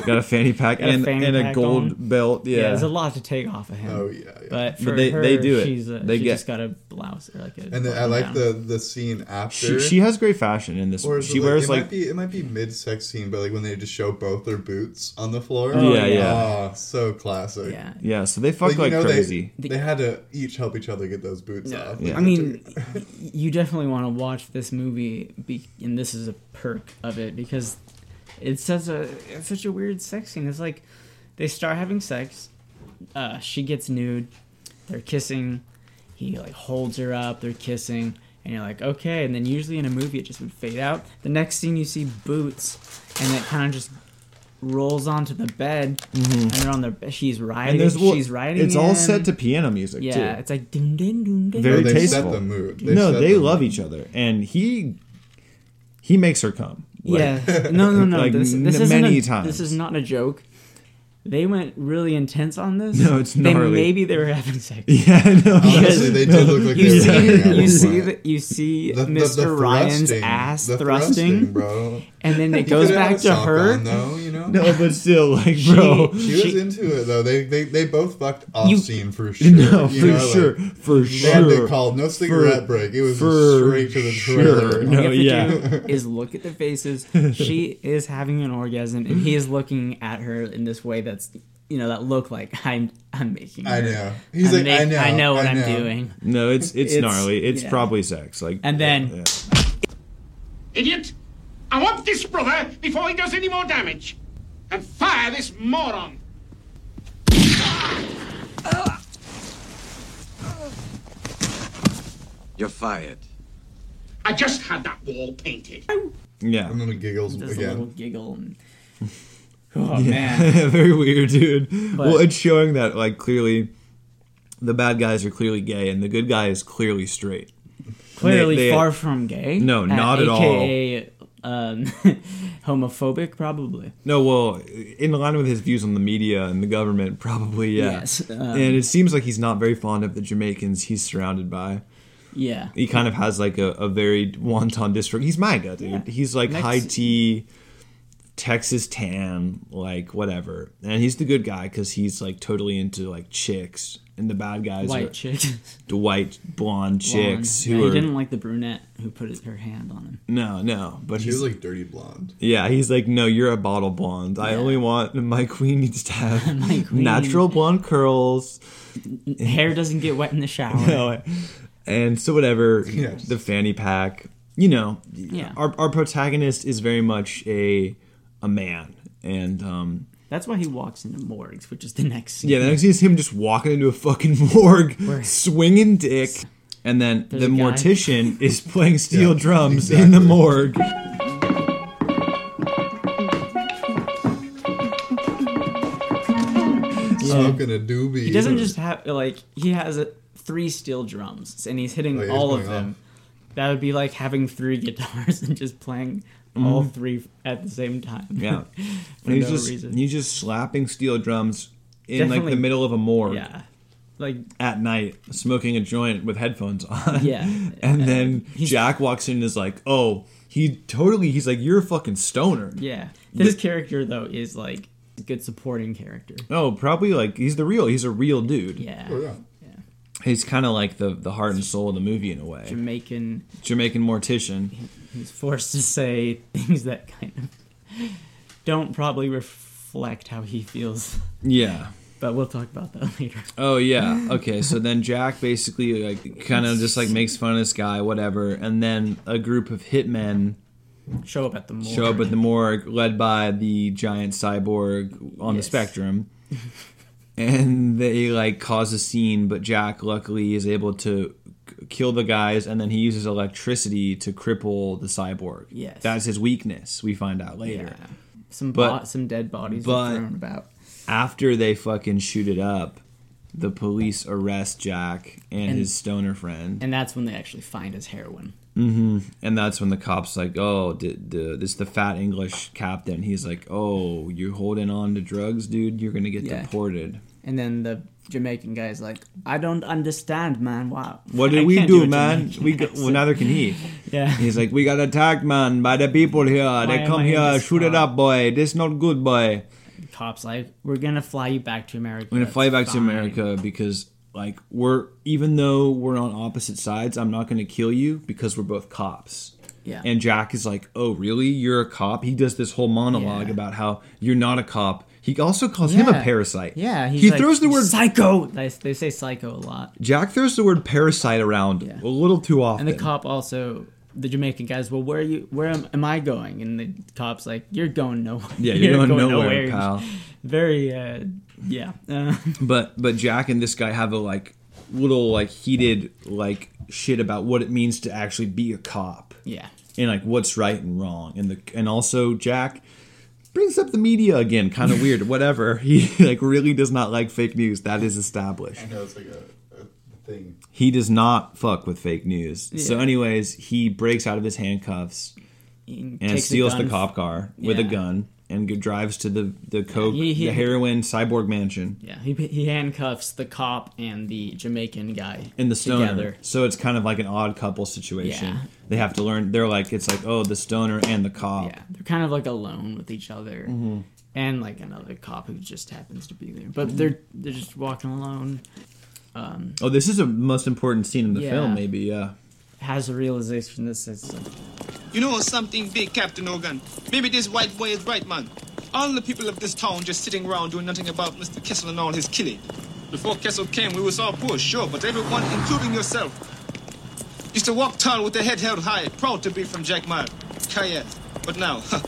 Got a fanny pack
Got a
and-
fanny
and a
pack
gold
on.
belt, yeah.
there's a lot to take off of him.
Oh, yeah, yeah.
But
But
for
they-
her,
they do it.
She's a,
They
she
get-
just got a blouse or like a.
And then I like the the scene
She,
after.
she has great fashion in this.
Or is
She
it
wears
it
like
might be, it might be mid sex scene, but like when they just show both their boots on the floor.
Oh, Yeah, yeah.
Oh, so classic. Yeah.
Yeah, so they fuck like crazy.
They, had to each help each other get those boots off.
I mean, y- you definitely want to watch this movie, be, and this is a perk of it because it's such a it's such a weird sex scene. It's like they start having sex, uh, she gets nude, they're kissing, he like holds her up, they're kissing, and you're like okay. And then usually in a movie it just would fade out. The next scene you see boots, and it kind of just rolls onto the bed,
Mhm.
and they're on their be- she's riding,
there's- well,
she's riding.
it's all set
in.
to piano music,
Yeah,
too.
it's like dun dun dun dun.
very
they set
tasteful.
the mood. They
no,
set
they
the
love each other, and he he makes her come. Like-
yeah. No, no, no.
like
this
m-
this isn't
many
a,
times.
This is not a joke. They went really intense on this.
No, it's
They-
gnarly.
maybe they were having sex.
*laughs* Yeah, I know.
Because
Honestly, they did look like
you
they were
see,
having at
you
one
see,
point.
the, you see
The- the- the
Mr. Ryan's
thrusting.
ass
The
thrusting,
thrusting, bro.
and then
*laughs* You
it goes
could have
back
a
to
sock
her.
on, though, you know?
*laughs* No, but still, like, bro.
*laughs*
She, was into it though. They they, they both fucked off
You-
scene for sure.
*laughs* No,
you
for
know, like,
sure, for
they had to
sure.
call- no
For-
cigarette break. It was
for
straight to the
sure.
trailer.
No,
All you have to
*laughs* yeah.
do is look at their faces. She is having an orgasm, and he is looking at her in this way that's, you know, that look like I'm, I'm making.
I
her.
know. He's
I'm
like,
ma-
"I know,
I know what
I
am
know."
doing.
No, it's it's, gnarly. It's
yeah.
probably sex. Like,
And then-
yeah.
Idiot! I want this brother before he does any more damage. And fire this moron.
You're fired.
I just had that wall painted.
yeah.
And then he giggles
Does a little
again.
giggle.
*laughs*
And, oh
Yeah. *laughs*
man.
very weird, dude.
But-
well, it's showing that like clearly, the bad guys are clearly gay, and the good guy is clearly straight.
Clearly
They- they-
far from gay.
No,
Uh,
not at all.
AKA, um, *laughs* homophobic, probably.
No, well, in line with his views on the media and the government, probably yeah.
Yes, um,
and it seems like he's not very fond of the Jamaicans he's surrounded by.
Yeah.
He kind of has like a, a very wonton district. He's MAGA, dude. He's like
Next-
high tea, Texas tan, like whatever. And he's the good guy because he's like totally into like chicks, and the bad guys
White
are
chicks. *laughs*
the white blonde
Blonde.
chicks
Yeah,
who
he
are
didn't like the brunette who put his, her hand on him.
no, no. But
She
he's
was like dirty blonde.
yeah, he's like, no, you're a bottle blonde. I only want my queen needs
*laughs*
to have natural blonde curls.
Hair doesn't get wet in the shower.
No. And so whatever the fanny pack, you know,
Yeah.
our our protagonist is very much a a man, and um,
That's why he walks into morgues, which is the next scene.
yeah, the next thing is him just walking into a fucking *laughs* morgue,
Where-
swinging dick, and then
There's
the
a guy. *laughs*
mortician is playing steel drums in the morgue.
Smoking a doobie.
He doesn't just have like he has uh three steel drums and he's hitting
Oh, yeah, he's
all of
going
them. That would be like having three *laughs* guitars and just playing all
Mhm.
three at the same time.
Yeah,
*laughs* for
and he's
no
just
reason.
he's just slapping steel drums in like
Definitely-
the middle of a morgue.
Yeah. Like
at night smoking a joint with headphones on.
Yeah.
and then Jack walks in and is like, oh, he totally, he's like, you're a fucking stoner.
yeah, this
But-
character though is like a good supporting character.
Oh, probably like, he's the real, he's a real dude.
Yeah.
Oh, yeah.
He's kind of like the, the heart and soul of the movie in a way.
Jamaican.
Jamaican mortician.
He's forced to say things that kind of don't probably reflect how he feels.
Yeah.
But we'll talk about that *laughs* later.
Oh yeah. Okay. So then Jack basically like kind of just like makes fun of this guy, whatever, and then a group of hitmen
Show up at the morgue.
show up at the morgue, led by the giant cyborg on
Yes.
the spectrum, *laughs* and they like cause a scene. But Jack luckily is able to c- kill the guys, and then he uses electricity to cripple the cyborg.
Yes.
that's his weakness. We find out later.
Yeah. Some
But-
bo- some dead bodies
but-
were thrown about.
After they fucking shoot it up, the police arrest Jack and,
And-
his stoner friend.
And that's when they actually find his heroin.
hmm And that's when the cops like, oh, d- d- this the fat English captain. He's like, oh, you're holding on to drugs, dude. You're gonna get
Yeah.
deported.
And then the Jamaican guy's like, I don't understand, man. Wow.
What
I
did we
can't
do,
a
man?
Jamaican *laughs*
We got, well,
accent.
neither can he.
Yeah.
He's like, we got attacked, man, by the people here. they
am
come
I in
here,
this
shoot it up, boy. This not good, boy.
Cops like, we're gonna fly you back to America.
I'm gonna fly back to
Fine.
America because, like, we're even though we're on opposite sides, I'm not gonna kill you because we're both cops.
Yeah.
And Jack is like, "Oh, really? You're a cop?" He does this whole monologue about how you're not a cop. He also calls him a
Yeah.
parasite.
Yeah,
He throws the
"You
word
psycho. They, they say psycho a lot.
Jack throws the word parasite around a little too often.
And the cop also, the Jamaican guys, well, where are you? Where am, am I going? And the cop's like, you're going nowhere. *laughs*
Yeah, you're going nowhere, pal.
Very, uh, yeah. Uh, *laughs*
but but Jack and this guy have a like little like heated like shit about what it means to actually be a cop.
Yeah.
And like what's right and wrong. And the and also Jack brings up the media again, kind
*laughs*
of weird, whatever. *laughs* He like really does not like fake news. That is established.
I know it's like a, a thing.
He does not fuck with fake news. So
Yeah.
anyways, he breaks out of his handcuffs and
takes a
steals the
gun.
cop car with a
Yeah.
gun and g- drives to the the coke,
he- he-
the heroin cyborg mansion.
yeah, he, he handcuffs the cop and the Jamaican guy
and the stoner.
together.
So it's kind of like an odd couple situation.
Yeah.
They have to learn. They're like it's like oh the stoner and the cop.
They're kind of like alone with each other.
Mhm.
And like another cop who just happens to be there,
Mm-hmm.
but they're they're just walking alone. Um,
Oh, this is the most important scene in the film,
Yeah.
maybe. Yeah.
has a realization that says like,
You know something big, Captain Ogan. Maybe this white boy is right, man. All the people of this town just sitting around doing nothing about Mr. Kessel and all his killing. Before Kessel came, we was all poor, sure, but everyone, including yourself, used to walk tall with their head held high, proud to be from Jack Mile, Cayenne. But now, huh.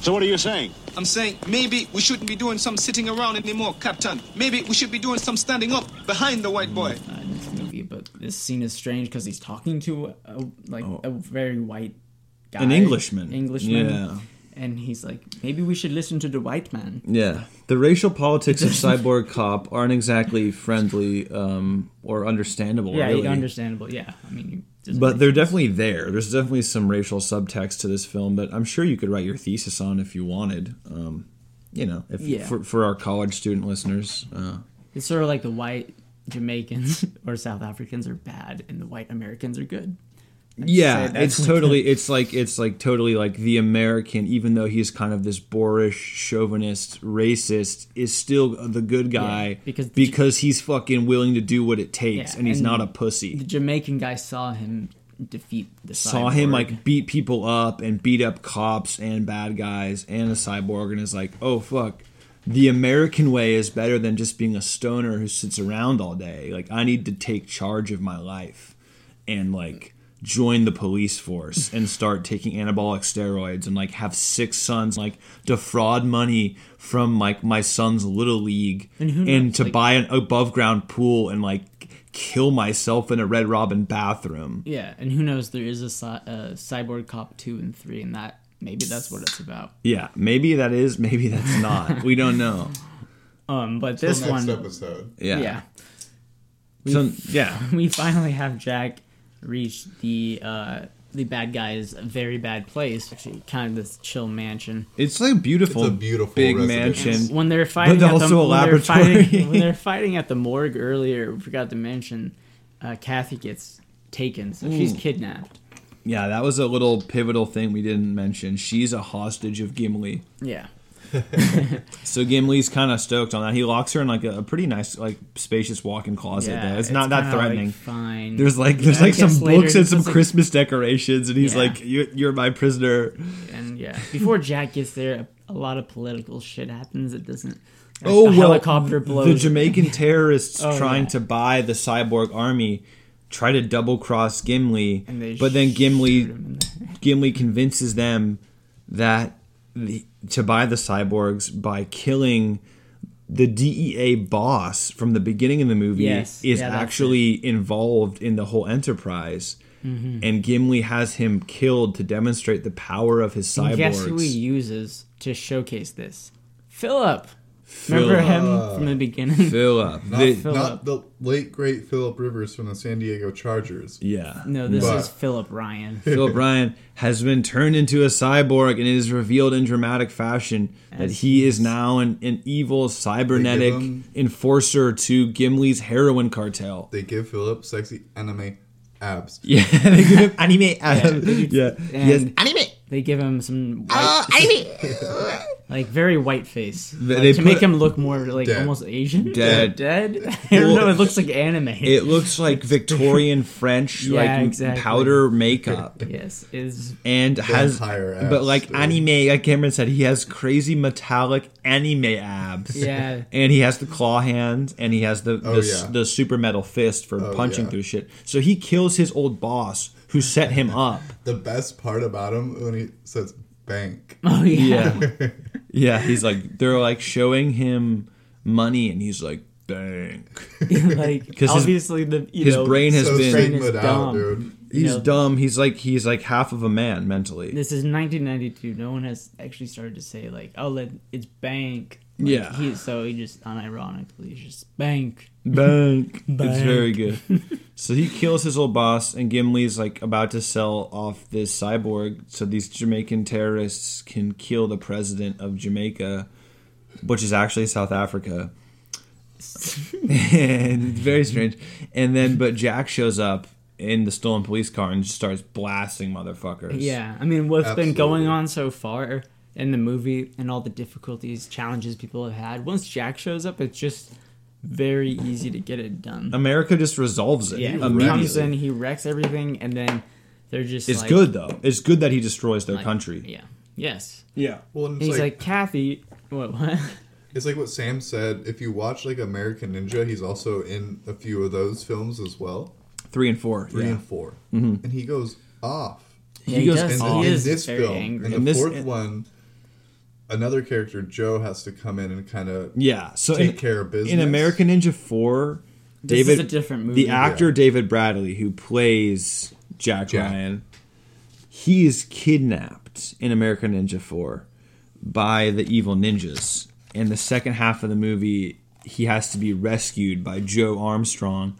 So what are you saying? I'm saying maybe we shouldn't be doing some sitting around anymore, Captain. Maybe we should be doing some standing up behind the white boy.
movie, but uh, this scene is strange because he's talking to a, like a very white guy,
Oh. An Englishman.
Englishman,
Yeah.
and he's like, maybe we should listen to the white man.
Yeah. The racial politics
*laughs*
of cyborg cop aren't exactly friendly um, or understandable.
yeah,
really.
understandable. Yeah, I mean, you- doesn't
But
make
they're definitely there. There's definitely some racial subtext to this film that I'm sure you could write your thesis on if you wanted. Um, you know, if,
Yeah.
for, for our college student listeners. Uh,
It's sort of like the white Jamaicans *laughs* or South Africans are bad, and the white Americans are good. I'd
yeah
say that's
it's
like
totally it's like it's like totally like the american even though he's kind of this boorish chauvinist racist is still the good guy
Yeah, because-
he's fucking willing to do what it takes
Yeah,
and he's
and
not a pussy
the Jamaican guy saw him defeat the
saw him
cyborg.
like beat people up and beat up cops and bad guys and a cyborg and is like oh fuck the american way is better than just being a stoner who sits around all day like i need to take charge of my life and like join the police force and start taking anabolic steroids and like have six sons like defraud money from like my son's little league
And who knows,
to
like-
buy an above ground pool and like kill myself in a red robin bathroom
Yeah, and who knows? There is a, cy- uh cyborg cop two and three, and that maybe that's what it's about.
Yeah, maybe that is, maybe
*laughs*
that's not. we don't know.
Um, but
Till
this
next
one
episode.
Yeah.
yeah. We,
So yeah,
*laughs* we finally have Jack reach the uh, the bad guy's very bad place, actually, kind of this chill mansion.
it's like beautiful,
It's a beautiful
big
residence.
mansion.
When they're fighting,
but
at
also
the,
a
when they're
laboratory.
fighting, when
*laughs*
they're fighting at the morgue earlier, we forgot to mention, uh, Kathy gets taken, so she's
Mm.
kidnapped.
yeah, that was a little pivotal thing we didn't mention. She's a hostage of Gimli,
Yeah,
so Gimli's kind of stoked on that. He locks her in like a, a pretty nice, like spacious walk-in closet.
Yeah,
though. it's not
it's
that
kinda, like,
threatening.
fine.
There's like
Yeah,
there's
I
like some
guess later
books and
this
some
is, like-
Christmas decorations, and he's
Yeah.
like, you're, "You're my prisoner."
and yeah, before Jack gets there, a, a lot of political shit happens. It doesn't. like,
oh
a
well,
helicopter blows.
The
*laughs*
Jamaican terrorists
Oh,
trying
yeah.
to buy the cyborg army try to double cross Gimli,
And they
but then Gimli Gimli convinces them that the, to buy the cyborgs by killing the DEA boss from the beginning of the movie
Yes.
is
Yeah, that's
actually involved in the whole enterprise.
Mhm.
And Gimli has him killed to demonstrate the power of his cyborgs.
And guess who he uses to showcase this? Philip. Remember him from the beginning?
Philip.
Not,
The-
not the late great Philip Rivers from the San Diego Chargers.
Yeah.
*laughs* No, this
But-
is Philip Ryan.
Philip Ryan has been turned into a cyborg, and it is revealed in dramatic fashion that
As
he is now an, an evil cybernetic
him-
enforcer to Gimli's heroin cartel.
They give Philip sexy anime abs.
Yeah, they give him anime abs. Yeah. Yes.
And They give him some white, *laughs* like very white face,
They-
Like,
they
to make
put-
him look more like
Dead.
almost Asian. *laughs*
Dead.
dead. I don't know. It looks like anime.
It looks like Victorian
*laughs*
French,
Yeah,
like m-
exactly.
*laughs*
powder makeup.
yes, is
And
The
has,
entire
but
abs,
like anime, like Cameron said, he has crazy metallic anime abs.
Yeah. *laughs*
and he has the claw hands, and he has the the,
Oh,
s-
yeah.
the super metal fist for
Oh,
punching
yeah.
through shit. So he kills his old boss who
*laughs*
set him up.
The best part about him when he says bank.
Oh
yeah, Yeah, He's like they're like showing him money, and he's like bank.
*laughs* like
*laughs* 'Cause his-
obviously the you
his
know,
brain has
his
been
brain is dumb.
He's
You know,
dumb. He's like he's like half of a man mentally.
This is 1992. No one has actually started to say like, "Oh, let it's bank." Like,
Yeah.
He, so he just unironically he's just bank.
Bank. It's very
Bank. *laughs*
good. so he kills his old boss, and Gimli's like about to sell off this cyborg so these Jamaican terrorists can kill the president of Jamaica, which is actually South
*laughs*
Africa. and it's very strange. And then, but Jack shows up in the stolen police car and just starts blasting motherfuckers.
Yeah, I mean, what's been going
Absolutely.
on so far in the movie and all the difficulties, challenges people have had. Once Jack shows up, it's just very easy to get it done.
America just resolves it.
yeah, he comes
immediately.
in, he wrecks everything, and then they're just.
It's
like-
good though. It's good that he destroys their
like,
country.
Yeah. Yes.
Yeah.
Well,
And
and it's
he's like,
like-
Kathy. What? what?
It's like what Sam said. If you watch like American Ninja, he's also in a few of those films as well.
Three and four.
Three
yeah.
and 4
Mhm.
and he goes off.
Yeah, he He goes does.
in,
off.
in
He is
this
very
film.
angry.
And the
In this-
fourth one, another character Joe has to come in and kind of
Yeah. So
take
in,
care of business
in American Ninja Four,
This
David
is a different
The
movie.
actor David Bradley, who plays Jack, Ryan, he is kidnapped in American Ninja Four by the evil ninjas. And the second half of the movie, he has to be rescued by Joe Armstrong,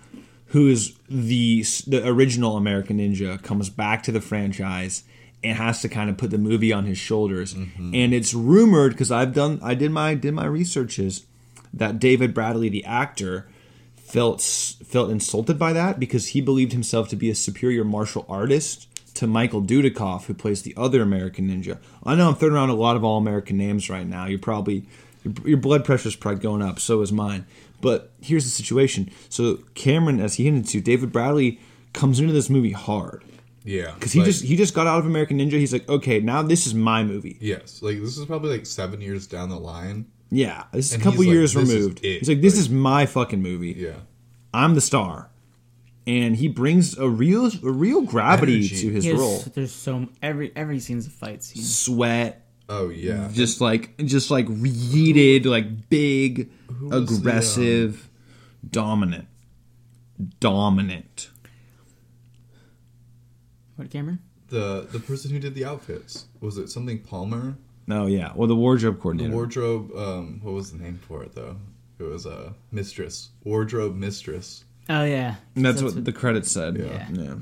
who is the the original American Ninja, comes back to the franchise and has to kind of put the movie on his shoulders. And it's rumored because I've done I did my did my researches that David Bradley, the actor, felt felt insulted by that because he believed himself to be a superior martial artist to Michael Dudikoff, who plays the other American Ninja. I know I'm throwing around a lot of all American names right now. You're probably your, your blood pressure's probably going up. So is mine. But here's the situation. So Cameron, as he hinted to, David Bradley comes into this movie hard
Yeah,
because he
like-
just he just got out of American Ninja. He's like, okay, now this is my movie.
yes, like this is probably like seven years down the line.
Yeah, this is
And
a couple
he's like,
years
"This is
removed.
it."
He's like, this is my fucking movie.
Yeah.
I'm the star, and he brings a real, a real gravity
Energy.
to his
He has-
role.
There's so every every scene's a fight scene.
Sweat.
Oh yeah.
Just like, just like yeeted, like big,
was the, um,
aggressive, dominant, dominant.
What, Cameron?
the the person who did the outfits was it something Palmer?
No, Oh, yeah. Well, the wardrobe
The
coordinator.
wardrobe. Um, what was the name for it though? It was a uh, mistress wardrobe mistress.
Oh yeah.
And that's, what, the credits said.
Yeah.
yeah.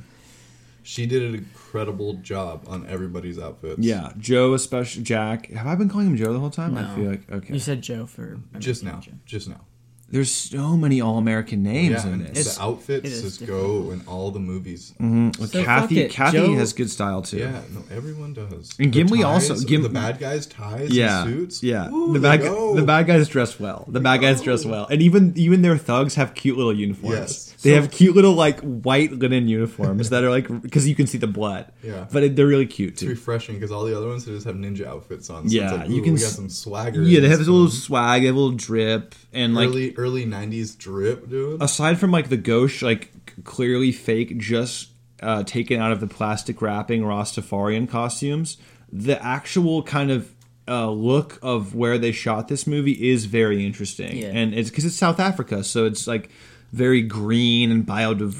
She did an incredible job on everybody's outfits.
Yeah, Joe, especially Jack. Have I been calling him Joe the whole time? I
No.
feel like okay.
You said Joe for
Just now. Just now.
There's so many all-American names
Yeah,
in
and
this.
the outfits just go in all the movies.
Mhm. Well, So Kathy- fuck it, Kathy Joe- has good style, too.
Yeah, no, everyone does.
And
The
Gimli also-
ties,
Gim-
the bad guys ties,
yeah,
and suits.
yeah.
Ooh,
the
they
bad
go.
the bad guys dress well. The bad guys dress well, and even even their thugs have cute little uniforms.
Yes.
They
So-
have cute little like white linen uniforms that are like because you can see the blood.
Yeah.
but it, they're really cute
It's
too.
refreshing because all the other ones they just have ninja outfits on. So
yeah,
it's like,
you
ooh,
can.
We got
s-
some swagger.
Yeah,
in
they have
this
this little
film.
swag, they have a little drip, and like
early early '90s drip, dude.
aside from like the gauche, like c- clearly fake, just uh, taken out of the plastic wrapping Rastafarian costumes, the actual kind of uh, look of where they shot this movie is very interesting,
Yeah.
and it's because it's South Africa, so it's like very green and biodiverse.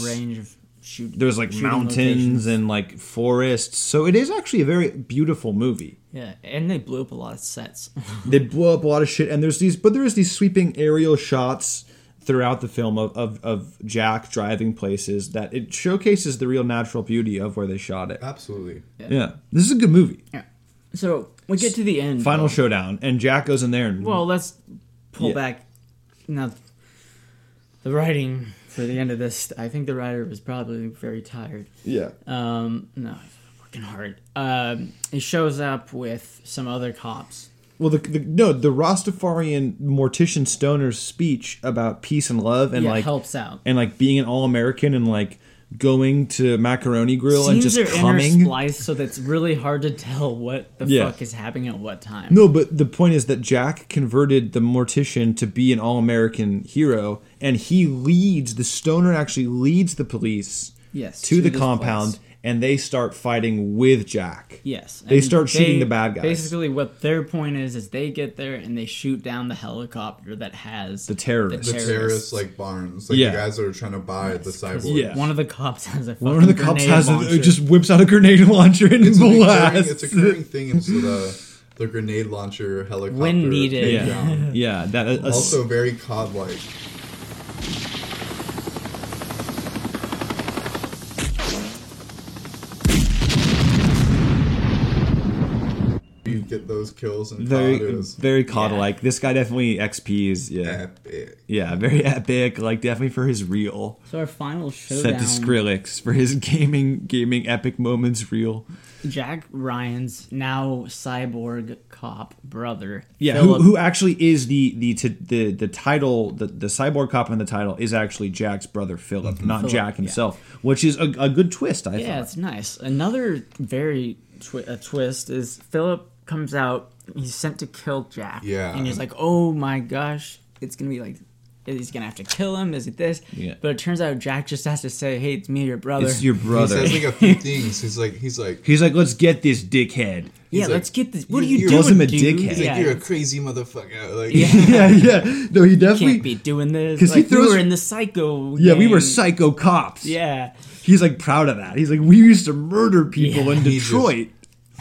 broad range of shoot.
There's like
shooting
mountains
locations.
and like forests, so it is actually a very beautiful movie.
Yeah, and they blew up a lot of sets. *laughs*
they blow up a lot of shit and there's these but there's these sweeping aerial shots throughout the film of, of, of jack driving places that it showcases the real natural beauty of where they shot it
absolutely
yeah, this is a good movie
so we get to the end.
final showdown and jack goes in there and
Well, let's pull
Yeah.
back. Now, the writing for the end of this, I think the writer was probably very tired.
Yeah.
Um, no, working hard. Um, he shows up with some other cops.
well the, the no the rastafarian mortician stoner's speech about peace and love and
Yeah,
like
helps out.
and like being an all-american and like going to macaroni grill and
Scenes
just
are
coming
interspliced, so that's really hard to tell what the
Yeah.
fuck is happening at what time.
No, but the point is that Jack converted the mortician to be an all American hero, and he leads the stoner actually leads the police
Yes,
to,
to
the
this
compound, and they start fighting with Jack.
Yes,
they
and
start shooting
they-
the bad guys.
Basically, what their point is is they get there and they shoot down the helicopter that has
The terrorists.
the terrorists,
terrorists.
like barns, like
Yeah.
the guys that are trying to buy the
'Cause
cyborg.
One of the cops has a.
One of the
fucking
cops
grenade
has a,
launcher.
it just whips out a grenade *laughs* launcher and
it's, a recurring,
blasts.
it's a recurring thing. It's the the grenade launcher helicopter
When needed.
yeah,
takedown.
*laughs* yeah. That a- a-
also very cod like. You get those kills and
very
COD is
very COD like. This guy definitely XPs. Yeah,
Epic.
yeah, very epic. Like definitely for his reel.
So our final
Set
showdown.
to Skrillex for his gaming gaming epic moments reel.
Jack Ryan's now cyborg cop brother.
Yeah, who,
Philip-
who actually is the the t- the the title the, the cyborg cop in the title is actually Jack's brother Philip, not
Mm-hmm. Philip,
Jack himself, which is a, a good twist. I
yeah,
thought.
it's nice. Another very twi- a twist is Philip comes out. He's sent to kill Jack.
Yeah.
and he's like, "Oh my gosh, it's gonna be like." He's gonna have to kill him. Is it this?
Yeah.
But it turns out Jack just has to say, "Hey, it's me, your brother."
It's your brother. *laughs*
He says like a few things. He's like he's like
He's like, let's get
*laughs*
this dickhead. *laughs*
Yeah,
He's
let's
like,
get this. What are
"You-
you
you're-
doing,
Calls him a
dude?
dickhead.
He's like, you're a crazy motherfucker. Like,
yeah, yeah. No, he
You
definitely
can't be doing this. Because
'Cause he
like,
throws-
we were in the psycho.
Yeah, we were
gang.
psycho cops.
Yeah.
He's like proud of that. He's like, we used to murder people in
He just-
Detroit.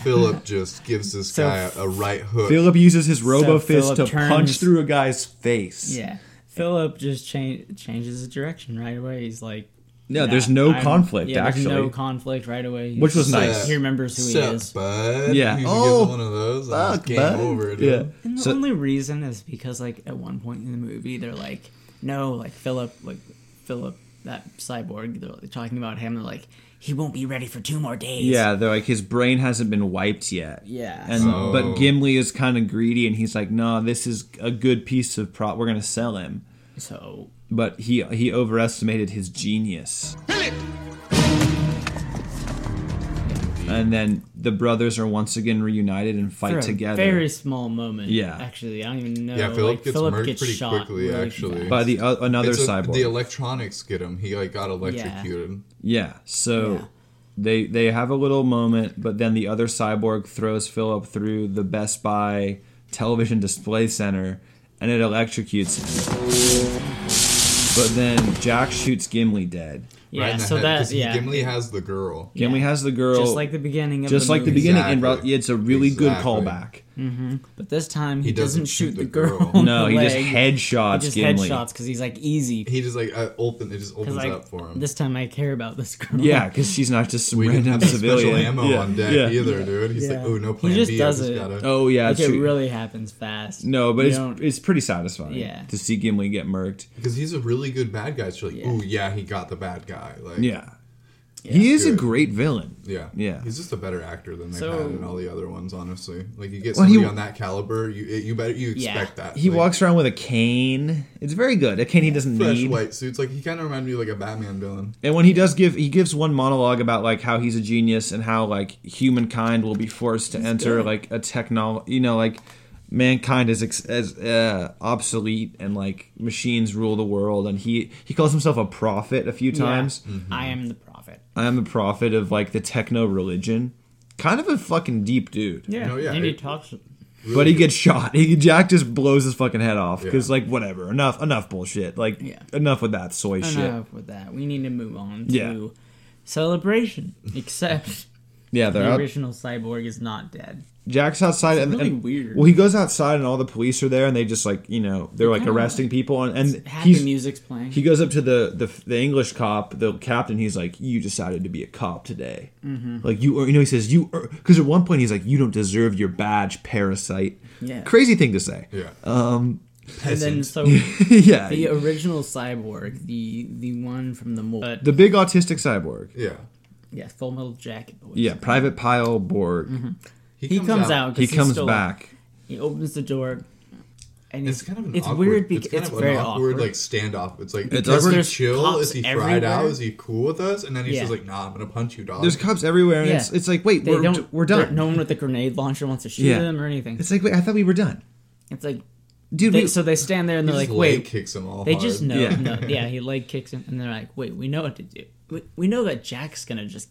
Philip just gives this
So
guy a right hook.
Philip uses his
So
robo fist
Philip
to
turns-
punch through a guy's face.
Yeah. Philip just change, changes his direction right away. He's like,
No, there's no conflict,
yeah, there's
actually.
no conflict right away. He's
Which was
just like,
nice.
He remembers who
Sup,
he is.
bud?
Yeah.
He
Oh,
gives one of those. and
fuck,
it's game
bud.
over. Dude.
Yeah.
And the
So-
only reason is because, like, at one point in the movie, they're like, no, like Philip, like Philip, that cyborg. They're like, talking about him. They're like, he won't be ready for two more days.
Yeah, they're like his brain hasn't been wiped yet.
Yeah.
and
So-
but Gimli is kind of greedy, and he's like, "No, this is a good piece of prop. We're gonna sell him."
So,
but he he overestimated his genius. And then the brothers are once again reunited and
for
fight
a
together.
Very small moment.
Yeah.
Actually, I don't even know.
Yeah, Philip
like,
gets
Philip
murdered
gets
pretty
shot
quickly,
really
actually.
fast.
By the o- another
It's a-
cyborg.
The electronics get him. He like got electrocuted.
Yeah. So they they have a little moment, but then the other cyborg throws Philip through the Best Buy television display center and it electrocutes him. But then Jack shoots Gimli dead.
Yeah, Right in the so head, that- 'cause he- yeah.
Gimli has the girl.
Gimli has the girl
Just like the beginning of
Just
the
like
movie.
the beginning and
Exactly.
ro- it's a really
Exactly.
good callback.
hmm But this time he,
He
doesn't,
doesn't
shoot,
shoot
the
the
girl.
girl.
*laughs* on
No,
the
he just
leg.
headshots
He just
Gimli.
headshots because he's like easy.
He just like uh, open. It just opens
Because like
up for him.
this time I care about this girl. *laughs*
Yeah, cuz she's not just some
We didn't
random
have the special
civilian
ammo
yeah.
on deck
yeah.
either, dude. He's
Yeah.
like, oh no,
He
plan
just
B.
does
I just
it.
gotta.
Oh yeah,
like,
it's
it
true.
really happens fast.
No, but
You
it's
don't-
it's pretty satisfying
Yeah.
to see Gimli get murked.
Because he's a really good bad guy. So you're like, oh yeah, he got the bad guy. Like,
Yeah. He is a
Good.
great villain.
Yeah,
Yeah.
He's just a better actor than they've
So-
had in all the other ones. Honestly, like you get
Well,
somebody
he-
on that caliber, you you better you
Yeah.
expect that.
He
like,
walks around with a cane. It's very good. A cane he doesn't
fresh
need.
white suits. Like he kind of reminded me of, like a Batman villain.
And when he does give, he gives one monologue about like how he's a genius and how like humankind will be forced to enter
good.
like a technol, you know, like mankind is ex- as uh, obsolete and like machines rule the world. And he he calls himself a prophet a few
Yeah.
times.
Mm-hmm.
I am the prophet.
I am a prophet of like the techno religion. Kind of a fucking deep dude.
Yeah,
No, Oh, yeah,
and he
it-
talks
But he gets shot. He Jack just blows his fucking head off because like whatever, enough, enough bullshit. Like enough with that soy shit.
Enough with that. We need to move on to
Yeah.
celebration.
*laughs*
Except
Yeah, they're
the
out-
original cyborg is not dead.
Jack's outside and,
really
and-
weird.
Well, he goes outside and all the police are there and they just like you know they're like
kinda-
arresting people and, and
Happy
he's-
music's playing.
He goes up to the, the the English cop, the captain. He's like, "You decided to be a cop today.
Mhm.
Like you, ear- you know." He says, "You," because at one point he's like, "You don't deserve your badge, parasite."
Yeah.
crazy thing to say.
Yeah.
Um,
And
*laughs*
then so
yeah,
the original cyborg, the the one from the mold.
the big autistic cyborg.
Yeah.
Yeah, Full Metal Jacket. Boy.
Yeah, Private Pyle Borg.
Mhm. He, comes, out. 'cause
He
he's
comes
still-
back.
He opens the door, and
It's
he's,
kind of an
it's
awkward-
weird because
kind
it's,
of an
very
awkward,
awkward.
like standoff. It's like
It's
is he
awkward.
chill?
Cops
Is he fried out?
everywhere.
Is he cool with us? And then he's
Yeah.
just like, Nah, I'm gonna punch you, dog.
There's cops everywhere, and
Yeah.
it's it's like, wait,
They
we're
don't-
we're done.
No one with a grenade launcher wants to shoot
Yeah.
them or anything.
It's like, wait, I thought we were done.
It's like,
Dude,
they-
we-
so they stand there and
He
they're like,
just
wait,
leg kicks 'em all
They just
hard.
know,
Yeah.
yeah. yeah, he leg kicks him, and they're like, wait, we know what to do. We, we know that Jack's gonna just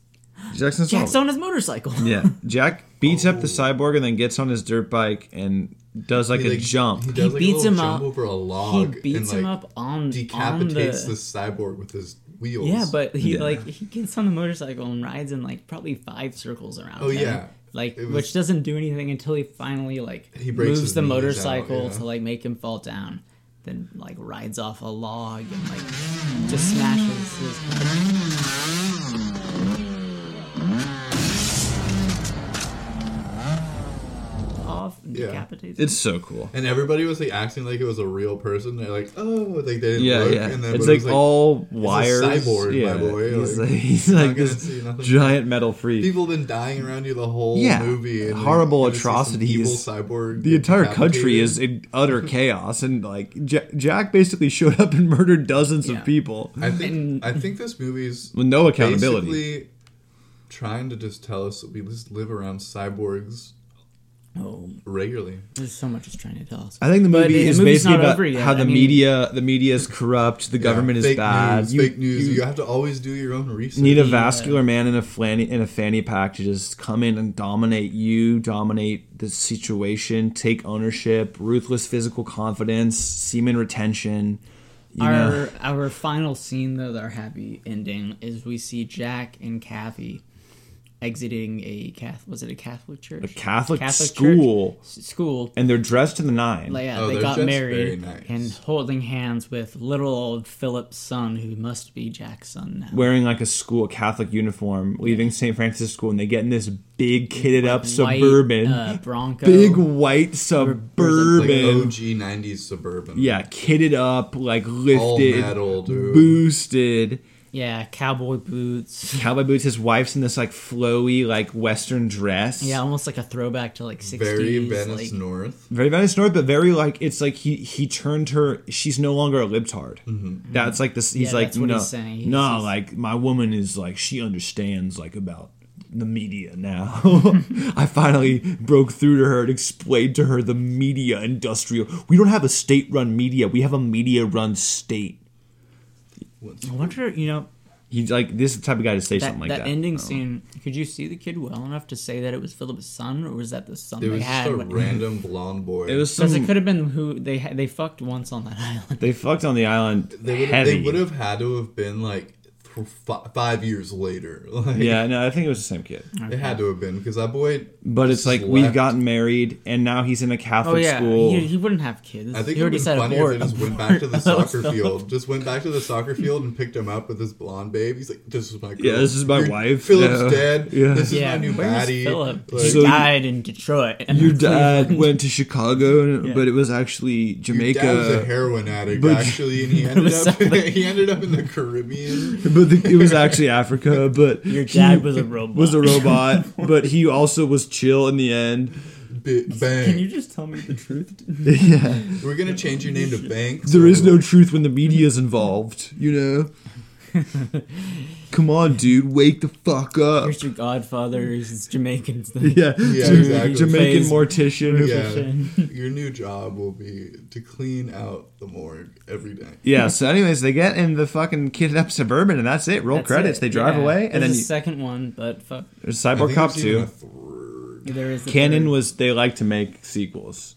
Jackson's
Jack's *laughs*
all-
on his motorcycle.
Oh. yeah, Jack beats
Oh.
up the cyborg and then gets on his dirt bike and does like
He,
a
like-
jump.
he does, like, a
beats
little
him
jump
up.
over a log.
He beats
and,
him
like,
up on
decapitates
on
the... cyborg with his wheels.
Yeah, but he like he gets on the motorcycle and rides in like probably five circles around.
Oh,
him,
yeah.
like
It was-
which doesn't do anything until he finally like
He breaks
moves
his
the
knees out,
motorcycle
yeah.
to like make him fall down, then like rides off a log and like just smashes his. Off and decapitates. him.
so cool.
And everybody was like acting like it was a real person. They're like, oh, like they didn't
Yeah,
look.
yeah.
And
It's
but it
like all
it's a
wires.
cyborg,
Yeah.
my boy. *laughs*
He's like- he's
you're
like
not gonna
this
see nothing.
giant metal freak.
People have been dying around you the whole
yeah,
movie. And
horrible
you're gonna see some Evil
atrocities.
cyborg.
the entire country
decapitated.
is in
*laughs*
utter chaos, and like Ja- Jack basically showed up and murdered dozens of people.
I think I think this movie's
With no accountability.
basically Trying to just tell us that we just live around cyborgs regularly.
There's so much it's trying to tell us.
I think the
But
movie
the
is
movie's
basically
not
about
over yet.
how the
I mean-
media, the media is corrupt, the government is
fake
bad.
News,
You-
fake news.
you-
You, have to always do your own research.
need a vascular man in a flanny in a fanny pack to just come in and dominate you, dominate the situation, take ownership, ruthless physical confidence, semen retention. You
our
know, *laughs*
our final scene though, our happy ending is we see Jack and Kathy exiting a cath was it a Catholic church?
a Catholic,
church?
school,
S- school.
and they're dressed to the nine.
Like, yeah,
Oh,
they
they're
got
just very
married
nice.
and holding hands with little old Philip's son, who must be Jack's son now.
Wearing like a school, a Catholic uniform, leaving St. Francis School, and they get in this big kitted up
White,
suburban,
uh, Bronco.
big white
Like
suburban,
OG '90s suburban.
yeah, kitted up, like lifted,
metal, dude.
boosted.
Yeah, cowboy boots.
Cowboy boots. His wife's in this like flowy, like Western dress.
Yeah, almost like a throwback to like sixties. like,
North.
Very Venice North, but very like it's like he he turned her. She's no longer a libtard.
Mhm.
That's like this. He's
Yeah,
like
that's what
no,
he's saying. He's-
no.
he's-
like my woman is like she understands like about the
*laughs*
media now. I finally broke through to her and explained to her the media industrial. We don't have a state run media. We have a media run state.
I wonder, you know,
He's like this is the type of guy to say
that,
something like
that
that. Oh.
ending scene. Could you see the kid well enough to say that it was Philip's son, or was that the son
It
they
was just
had?
a
when- *laughs*
random blonde boy.
It was
'Cause
some-
it could have been who they had, they fucked once on that *laughs* island.
They fucked on the island.
They would,
heavy.
they would have had to have been like th- fi- five years later. *laughs* Like,
yeah, no, I think it was the same kid.
it had to have been because that boy.
But it's like we've
slept.
gotten married, and now he's in a Catholic
Oh yeah,
school.
he, he wouldn't have kids.
I think
he
it would
already
have
said
been funnier
abort.
if they just went
abort. *laughs*
back to the
That was
soccer
Philip.
field. Just went back to the soccer field and picked him up with this blonde babe. He's like, "This is my girl.
Yeah, this is my
Your-
wife.
Philip's
Yeah.
dead.
Yeah.
This is
Yeah,
my new
where's
baddie."
Philip?
Like,
He died in Detroit. and
Your
in *laughs*
dad
Cleveland.
went to Chicago,
Yeah.
but it was actually
Your
Jamaica.
dad was a heroin addict
but-
*laughs*
actually, and he ended up *laughs* he ended up in the Caribbean.
but the, it was actually Africa. But your *laughs*
dad was a robot.
Was a robot, but he also was chill in the end.
Bit bang.
Can you just tell me
*laughs*
the truth?
Yeah.
We're gonna change your name to Banks.
There is no truth when the media is involved, you
*laughs*
know. Come on, dude, wake the fuck
Uh,
up.
Here's your godfather. He's Jamaican.
*laughs* Yeah,
Yeah,
Jama-
exactly.
Jamaican mortician.
Yeah. Your new job will be to clean out the morgue every day.
Yeah. So, anyways, they get in the fucking kitted up suburban, and that's it. Roll
That's
credits.
it,
They drive
yeah.
away,
There's
and then
a
you,
second one, but fuck.
there's
I
Cyborg
think
Cop
there's even a
two.
third
There is the
Canon
third.
was they like to make sequels.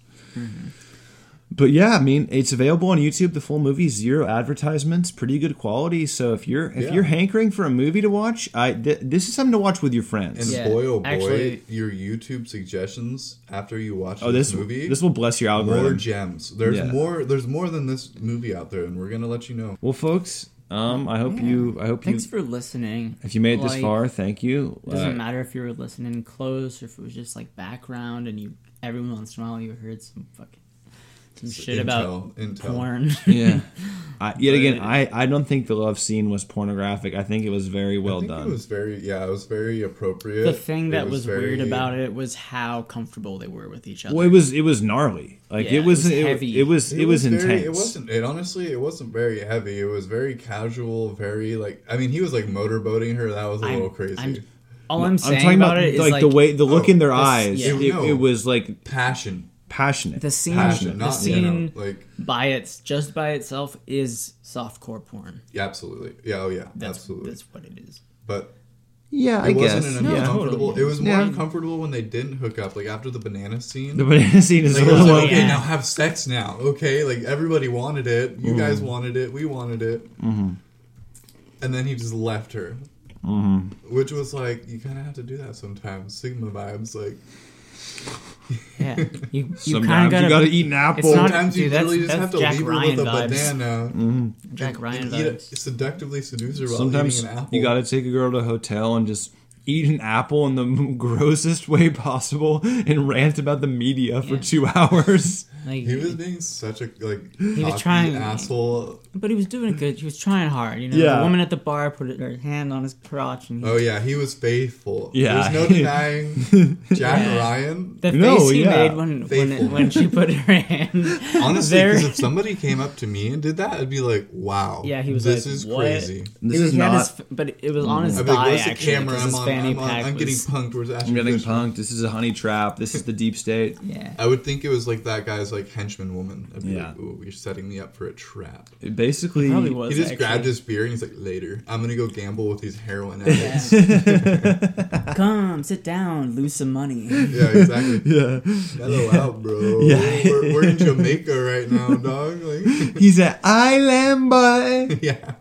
But yeah, I mean, it's available on YouTube. The full movie, zero advertisements, pretty good quality. So if you're if
Yeah.
you're hankering for a movie to watch, I th- this is something to watch with your friends.
And boy, oh boy,
actually-
your YouTube suggestions after you watch
Oh,
this,
this-
movie.
this will bless your
More
algorithm.
gems. There's
Yeah.
more. There's more than this movie out there, and we're gonna let you know.
Well, folks, um, I hope you I hope
Thanks
you
for listening.
If you made it this
Like,
far, thank you.
Doesn't
Uh,
matter if you were listening close or if it was just like background and you every once in a while you heard some fucking some shit about
*laughs*
porn.
yeah. *laughs* I, yet
But-
again, I, I don't think the love scene was pornographic. I think it was very well
I think
done.
it was very yeah. It was very appropriate.
the thing
It
that was, weird
very-
about it was how comfortable they were with each other.
well, it was it was gnarly. Like
Yeah,
it was
it was
it,
heavy.
it was it, was,
very-
intense.
it wasn't. It honestly, it wasn't very heavy. It was very casual. Very like. I mean, he was like motorboating her. That was a
I'm-
little crazy.
I'm- all I'm I'm saying talking about about, it is,
like, the
like,
way the look
Oh,
in their
the-
eyes.
yeah.
It,
No.
it was like
passion,
passionate.
the scene,
passionate.
the scene by its just by itself is softcore porn.
Yeah, absolutely. Yeah, oh yeah,
That's,
absolutely.
That's what it is.
But
Yeah,
it
I
wasn't
guess.
an
No,
uncomfortable.
totally.
It was more
Yeah.
uncomfortable when they didn't hook up, like after the banana scene.
The banana scene is
like,
a
it was
little-
like, okay.
Yeah.
Now have sex now, okay? Like everybody wanted it. You guys wanted it. We wanted it.
Mhm.
And then he just left her,
Mhm.
which was like you kind of have to do that sometimes. Sigma vibes, like
Yeah, you, you kind
Sometimes you
of gotta,
gotta eat an apple.
It's not,
Sometimes you
dude, that's,
literally just
that's
have to
Jack
leave her
Ryan
with a
vibes.
banana.
Mhm.
Jack Ryan
and eat a,
vibes.
seductively seduce her while
Sometimes
eating an apple.
you got to take a girl to a hotel and just eat an apple in the *laughs* grossest way possible and rant about the media for two *laughs* hours.
he was being such a like
He was
cocky
trying
asshole.
but he was doing good. He was trying hard. You know,
Yeah.
the woman at the bar put her hand on his crotch, and he,
Oh yeah, he was faithful.
Yeah.
there's
*laughs*
no denying Jack
Yeah.
Ryan.
The face he made when when, it,
Faithful.
when she put her hand.
*laughs* Honestly,
there.
because if somebody came up to me and did that, I'd be like, "Wow,
Yeah, he was
this
like,
is
"What?"
crazy."
This He was- is he had not- his- but it was on his
I'd be like,
thigh,
"Where's the
actually,
camera?
'cause
I'm
his
on.
fanny
I'm, on,
pack
I'm getting
was-
punked. Where's Ashton
I'm getting
Kutcher?"
punked. This is a honey trap. This is the deep state.
Yeah.
I would think it was like that guy's like henchman woman. I'd be
Yeah.
like, "Ooh, you're setting me up for a trap."
It basically- It probably was,
He just
actually.
grabbed his beer and he's like, "Later, I'm gonna go gamble with these heroin addicts."
*laughs* Come, sit down, lose some money.
Yeah, exactly.
*laughs* Yeah.
Mellow out, bro.
*laughs* Yeah.
We're, we're in Jamaica right now, dog. Like,
*laughs* He's an island boy.
*laughs* yeah.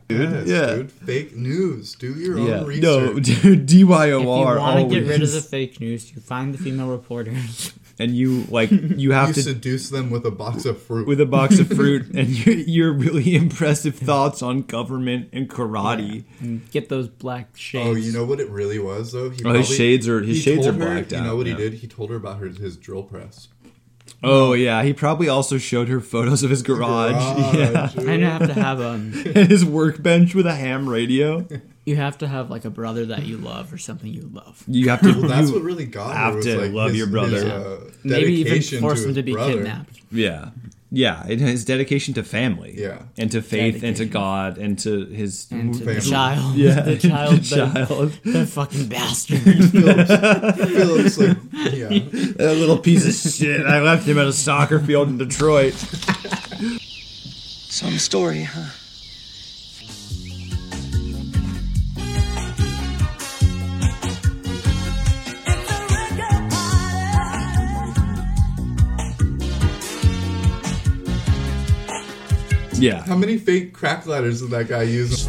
Yes,
Dude, yeah.
dude. Fake news. Do your
Yeah.
own research.
No, *laughs* dude, DYOR.
If you want to get rid of
always.
the fake news, you find the female reporters. *laughs*
and you
*laughs*
like you have
You
to
seduce them with a box of fruit.
with a box of
*laughs*
fruit and your, your really *laughs* impressive thoughts on government and karate.
and get those black shades.
Oh, you know what it really was though. He
Oh, his shades are- his
he
shades
told
are
her-
blacked
You know
out,
what
yeah.
he did? He told her about her his drill press.
Oh yeah, he probably also showed her photos of his garage.
Garage,
*laughs* yeah.
yeah.
And you have to have um,
and *laughs* his workbench with a ham radio.
you have to have like a brother that you love or something you love.
You have to.
*laughs* Well, that's
you
what really got her,
Have
was,
to
like,
love
his-
your brother.
his, uh,
Maybe even
dedication
force
to
him to
his
be
brother.
kidnapped.
yeah, yeah, and his dedication to family.
Yeah.
and to faith, and to God, and to his
And to the
family.
child, *laughs*
Yeah,
the child,
the
the,
child.
the fucking bastard.
Phillips, like, yeah.
That little piece of shit. I left him at a soccer field in Detroit.
Some story, huh?
Yeah.
How many fake crack ladders did that guy use?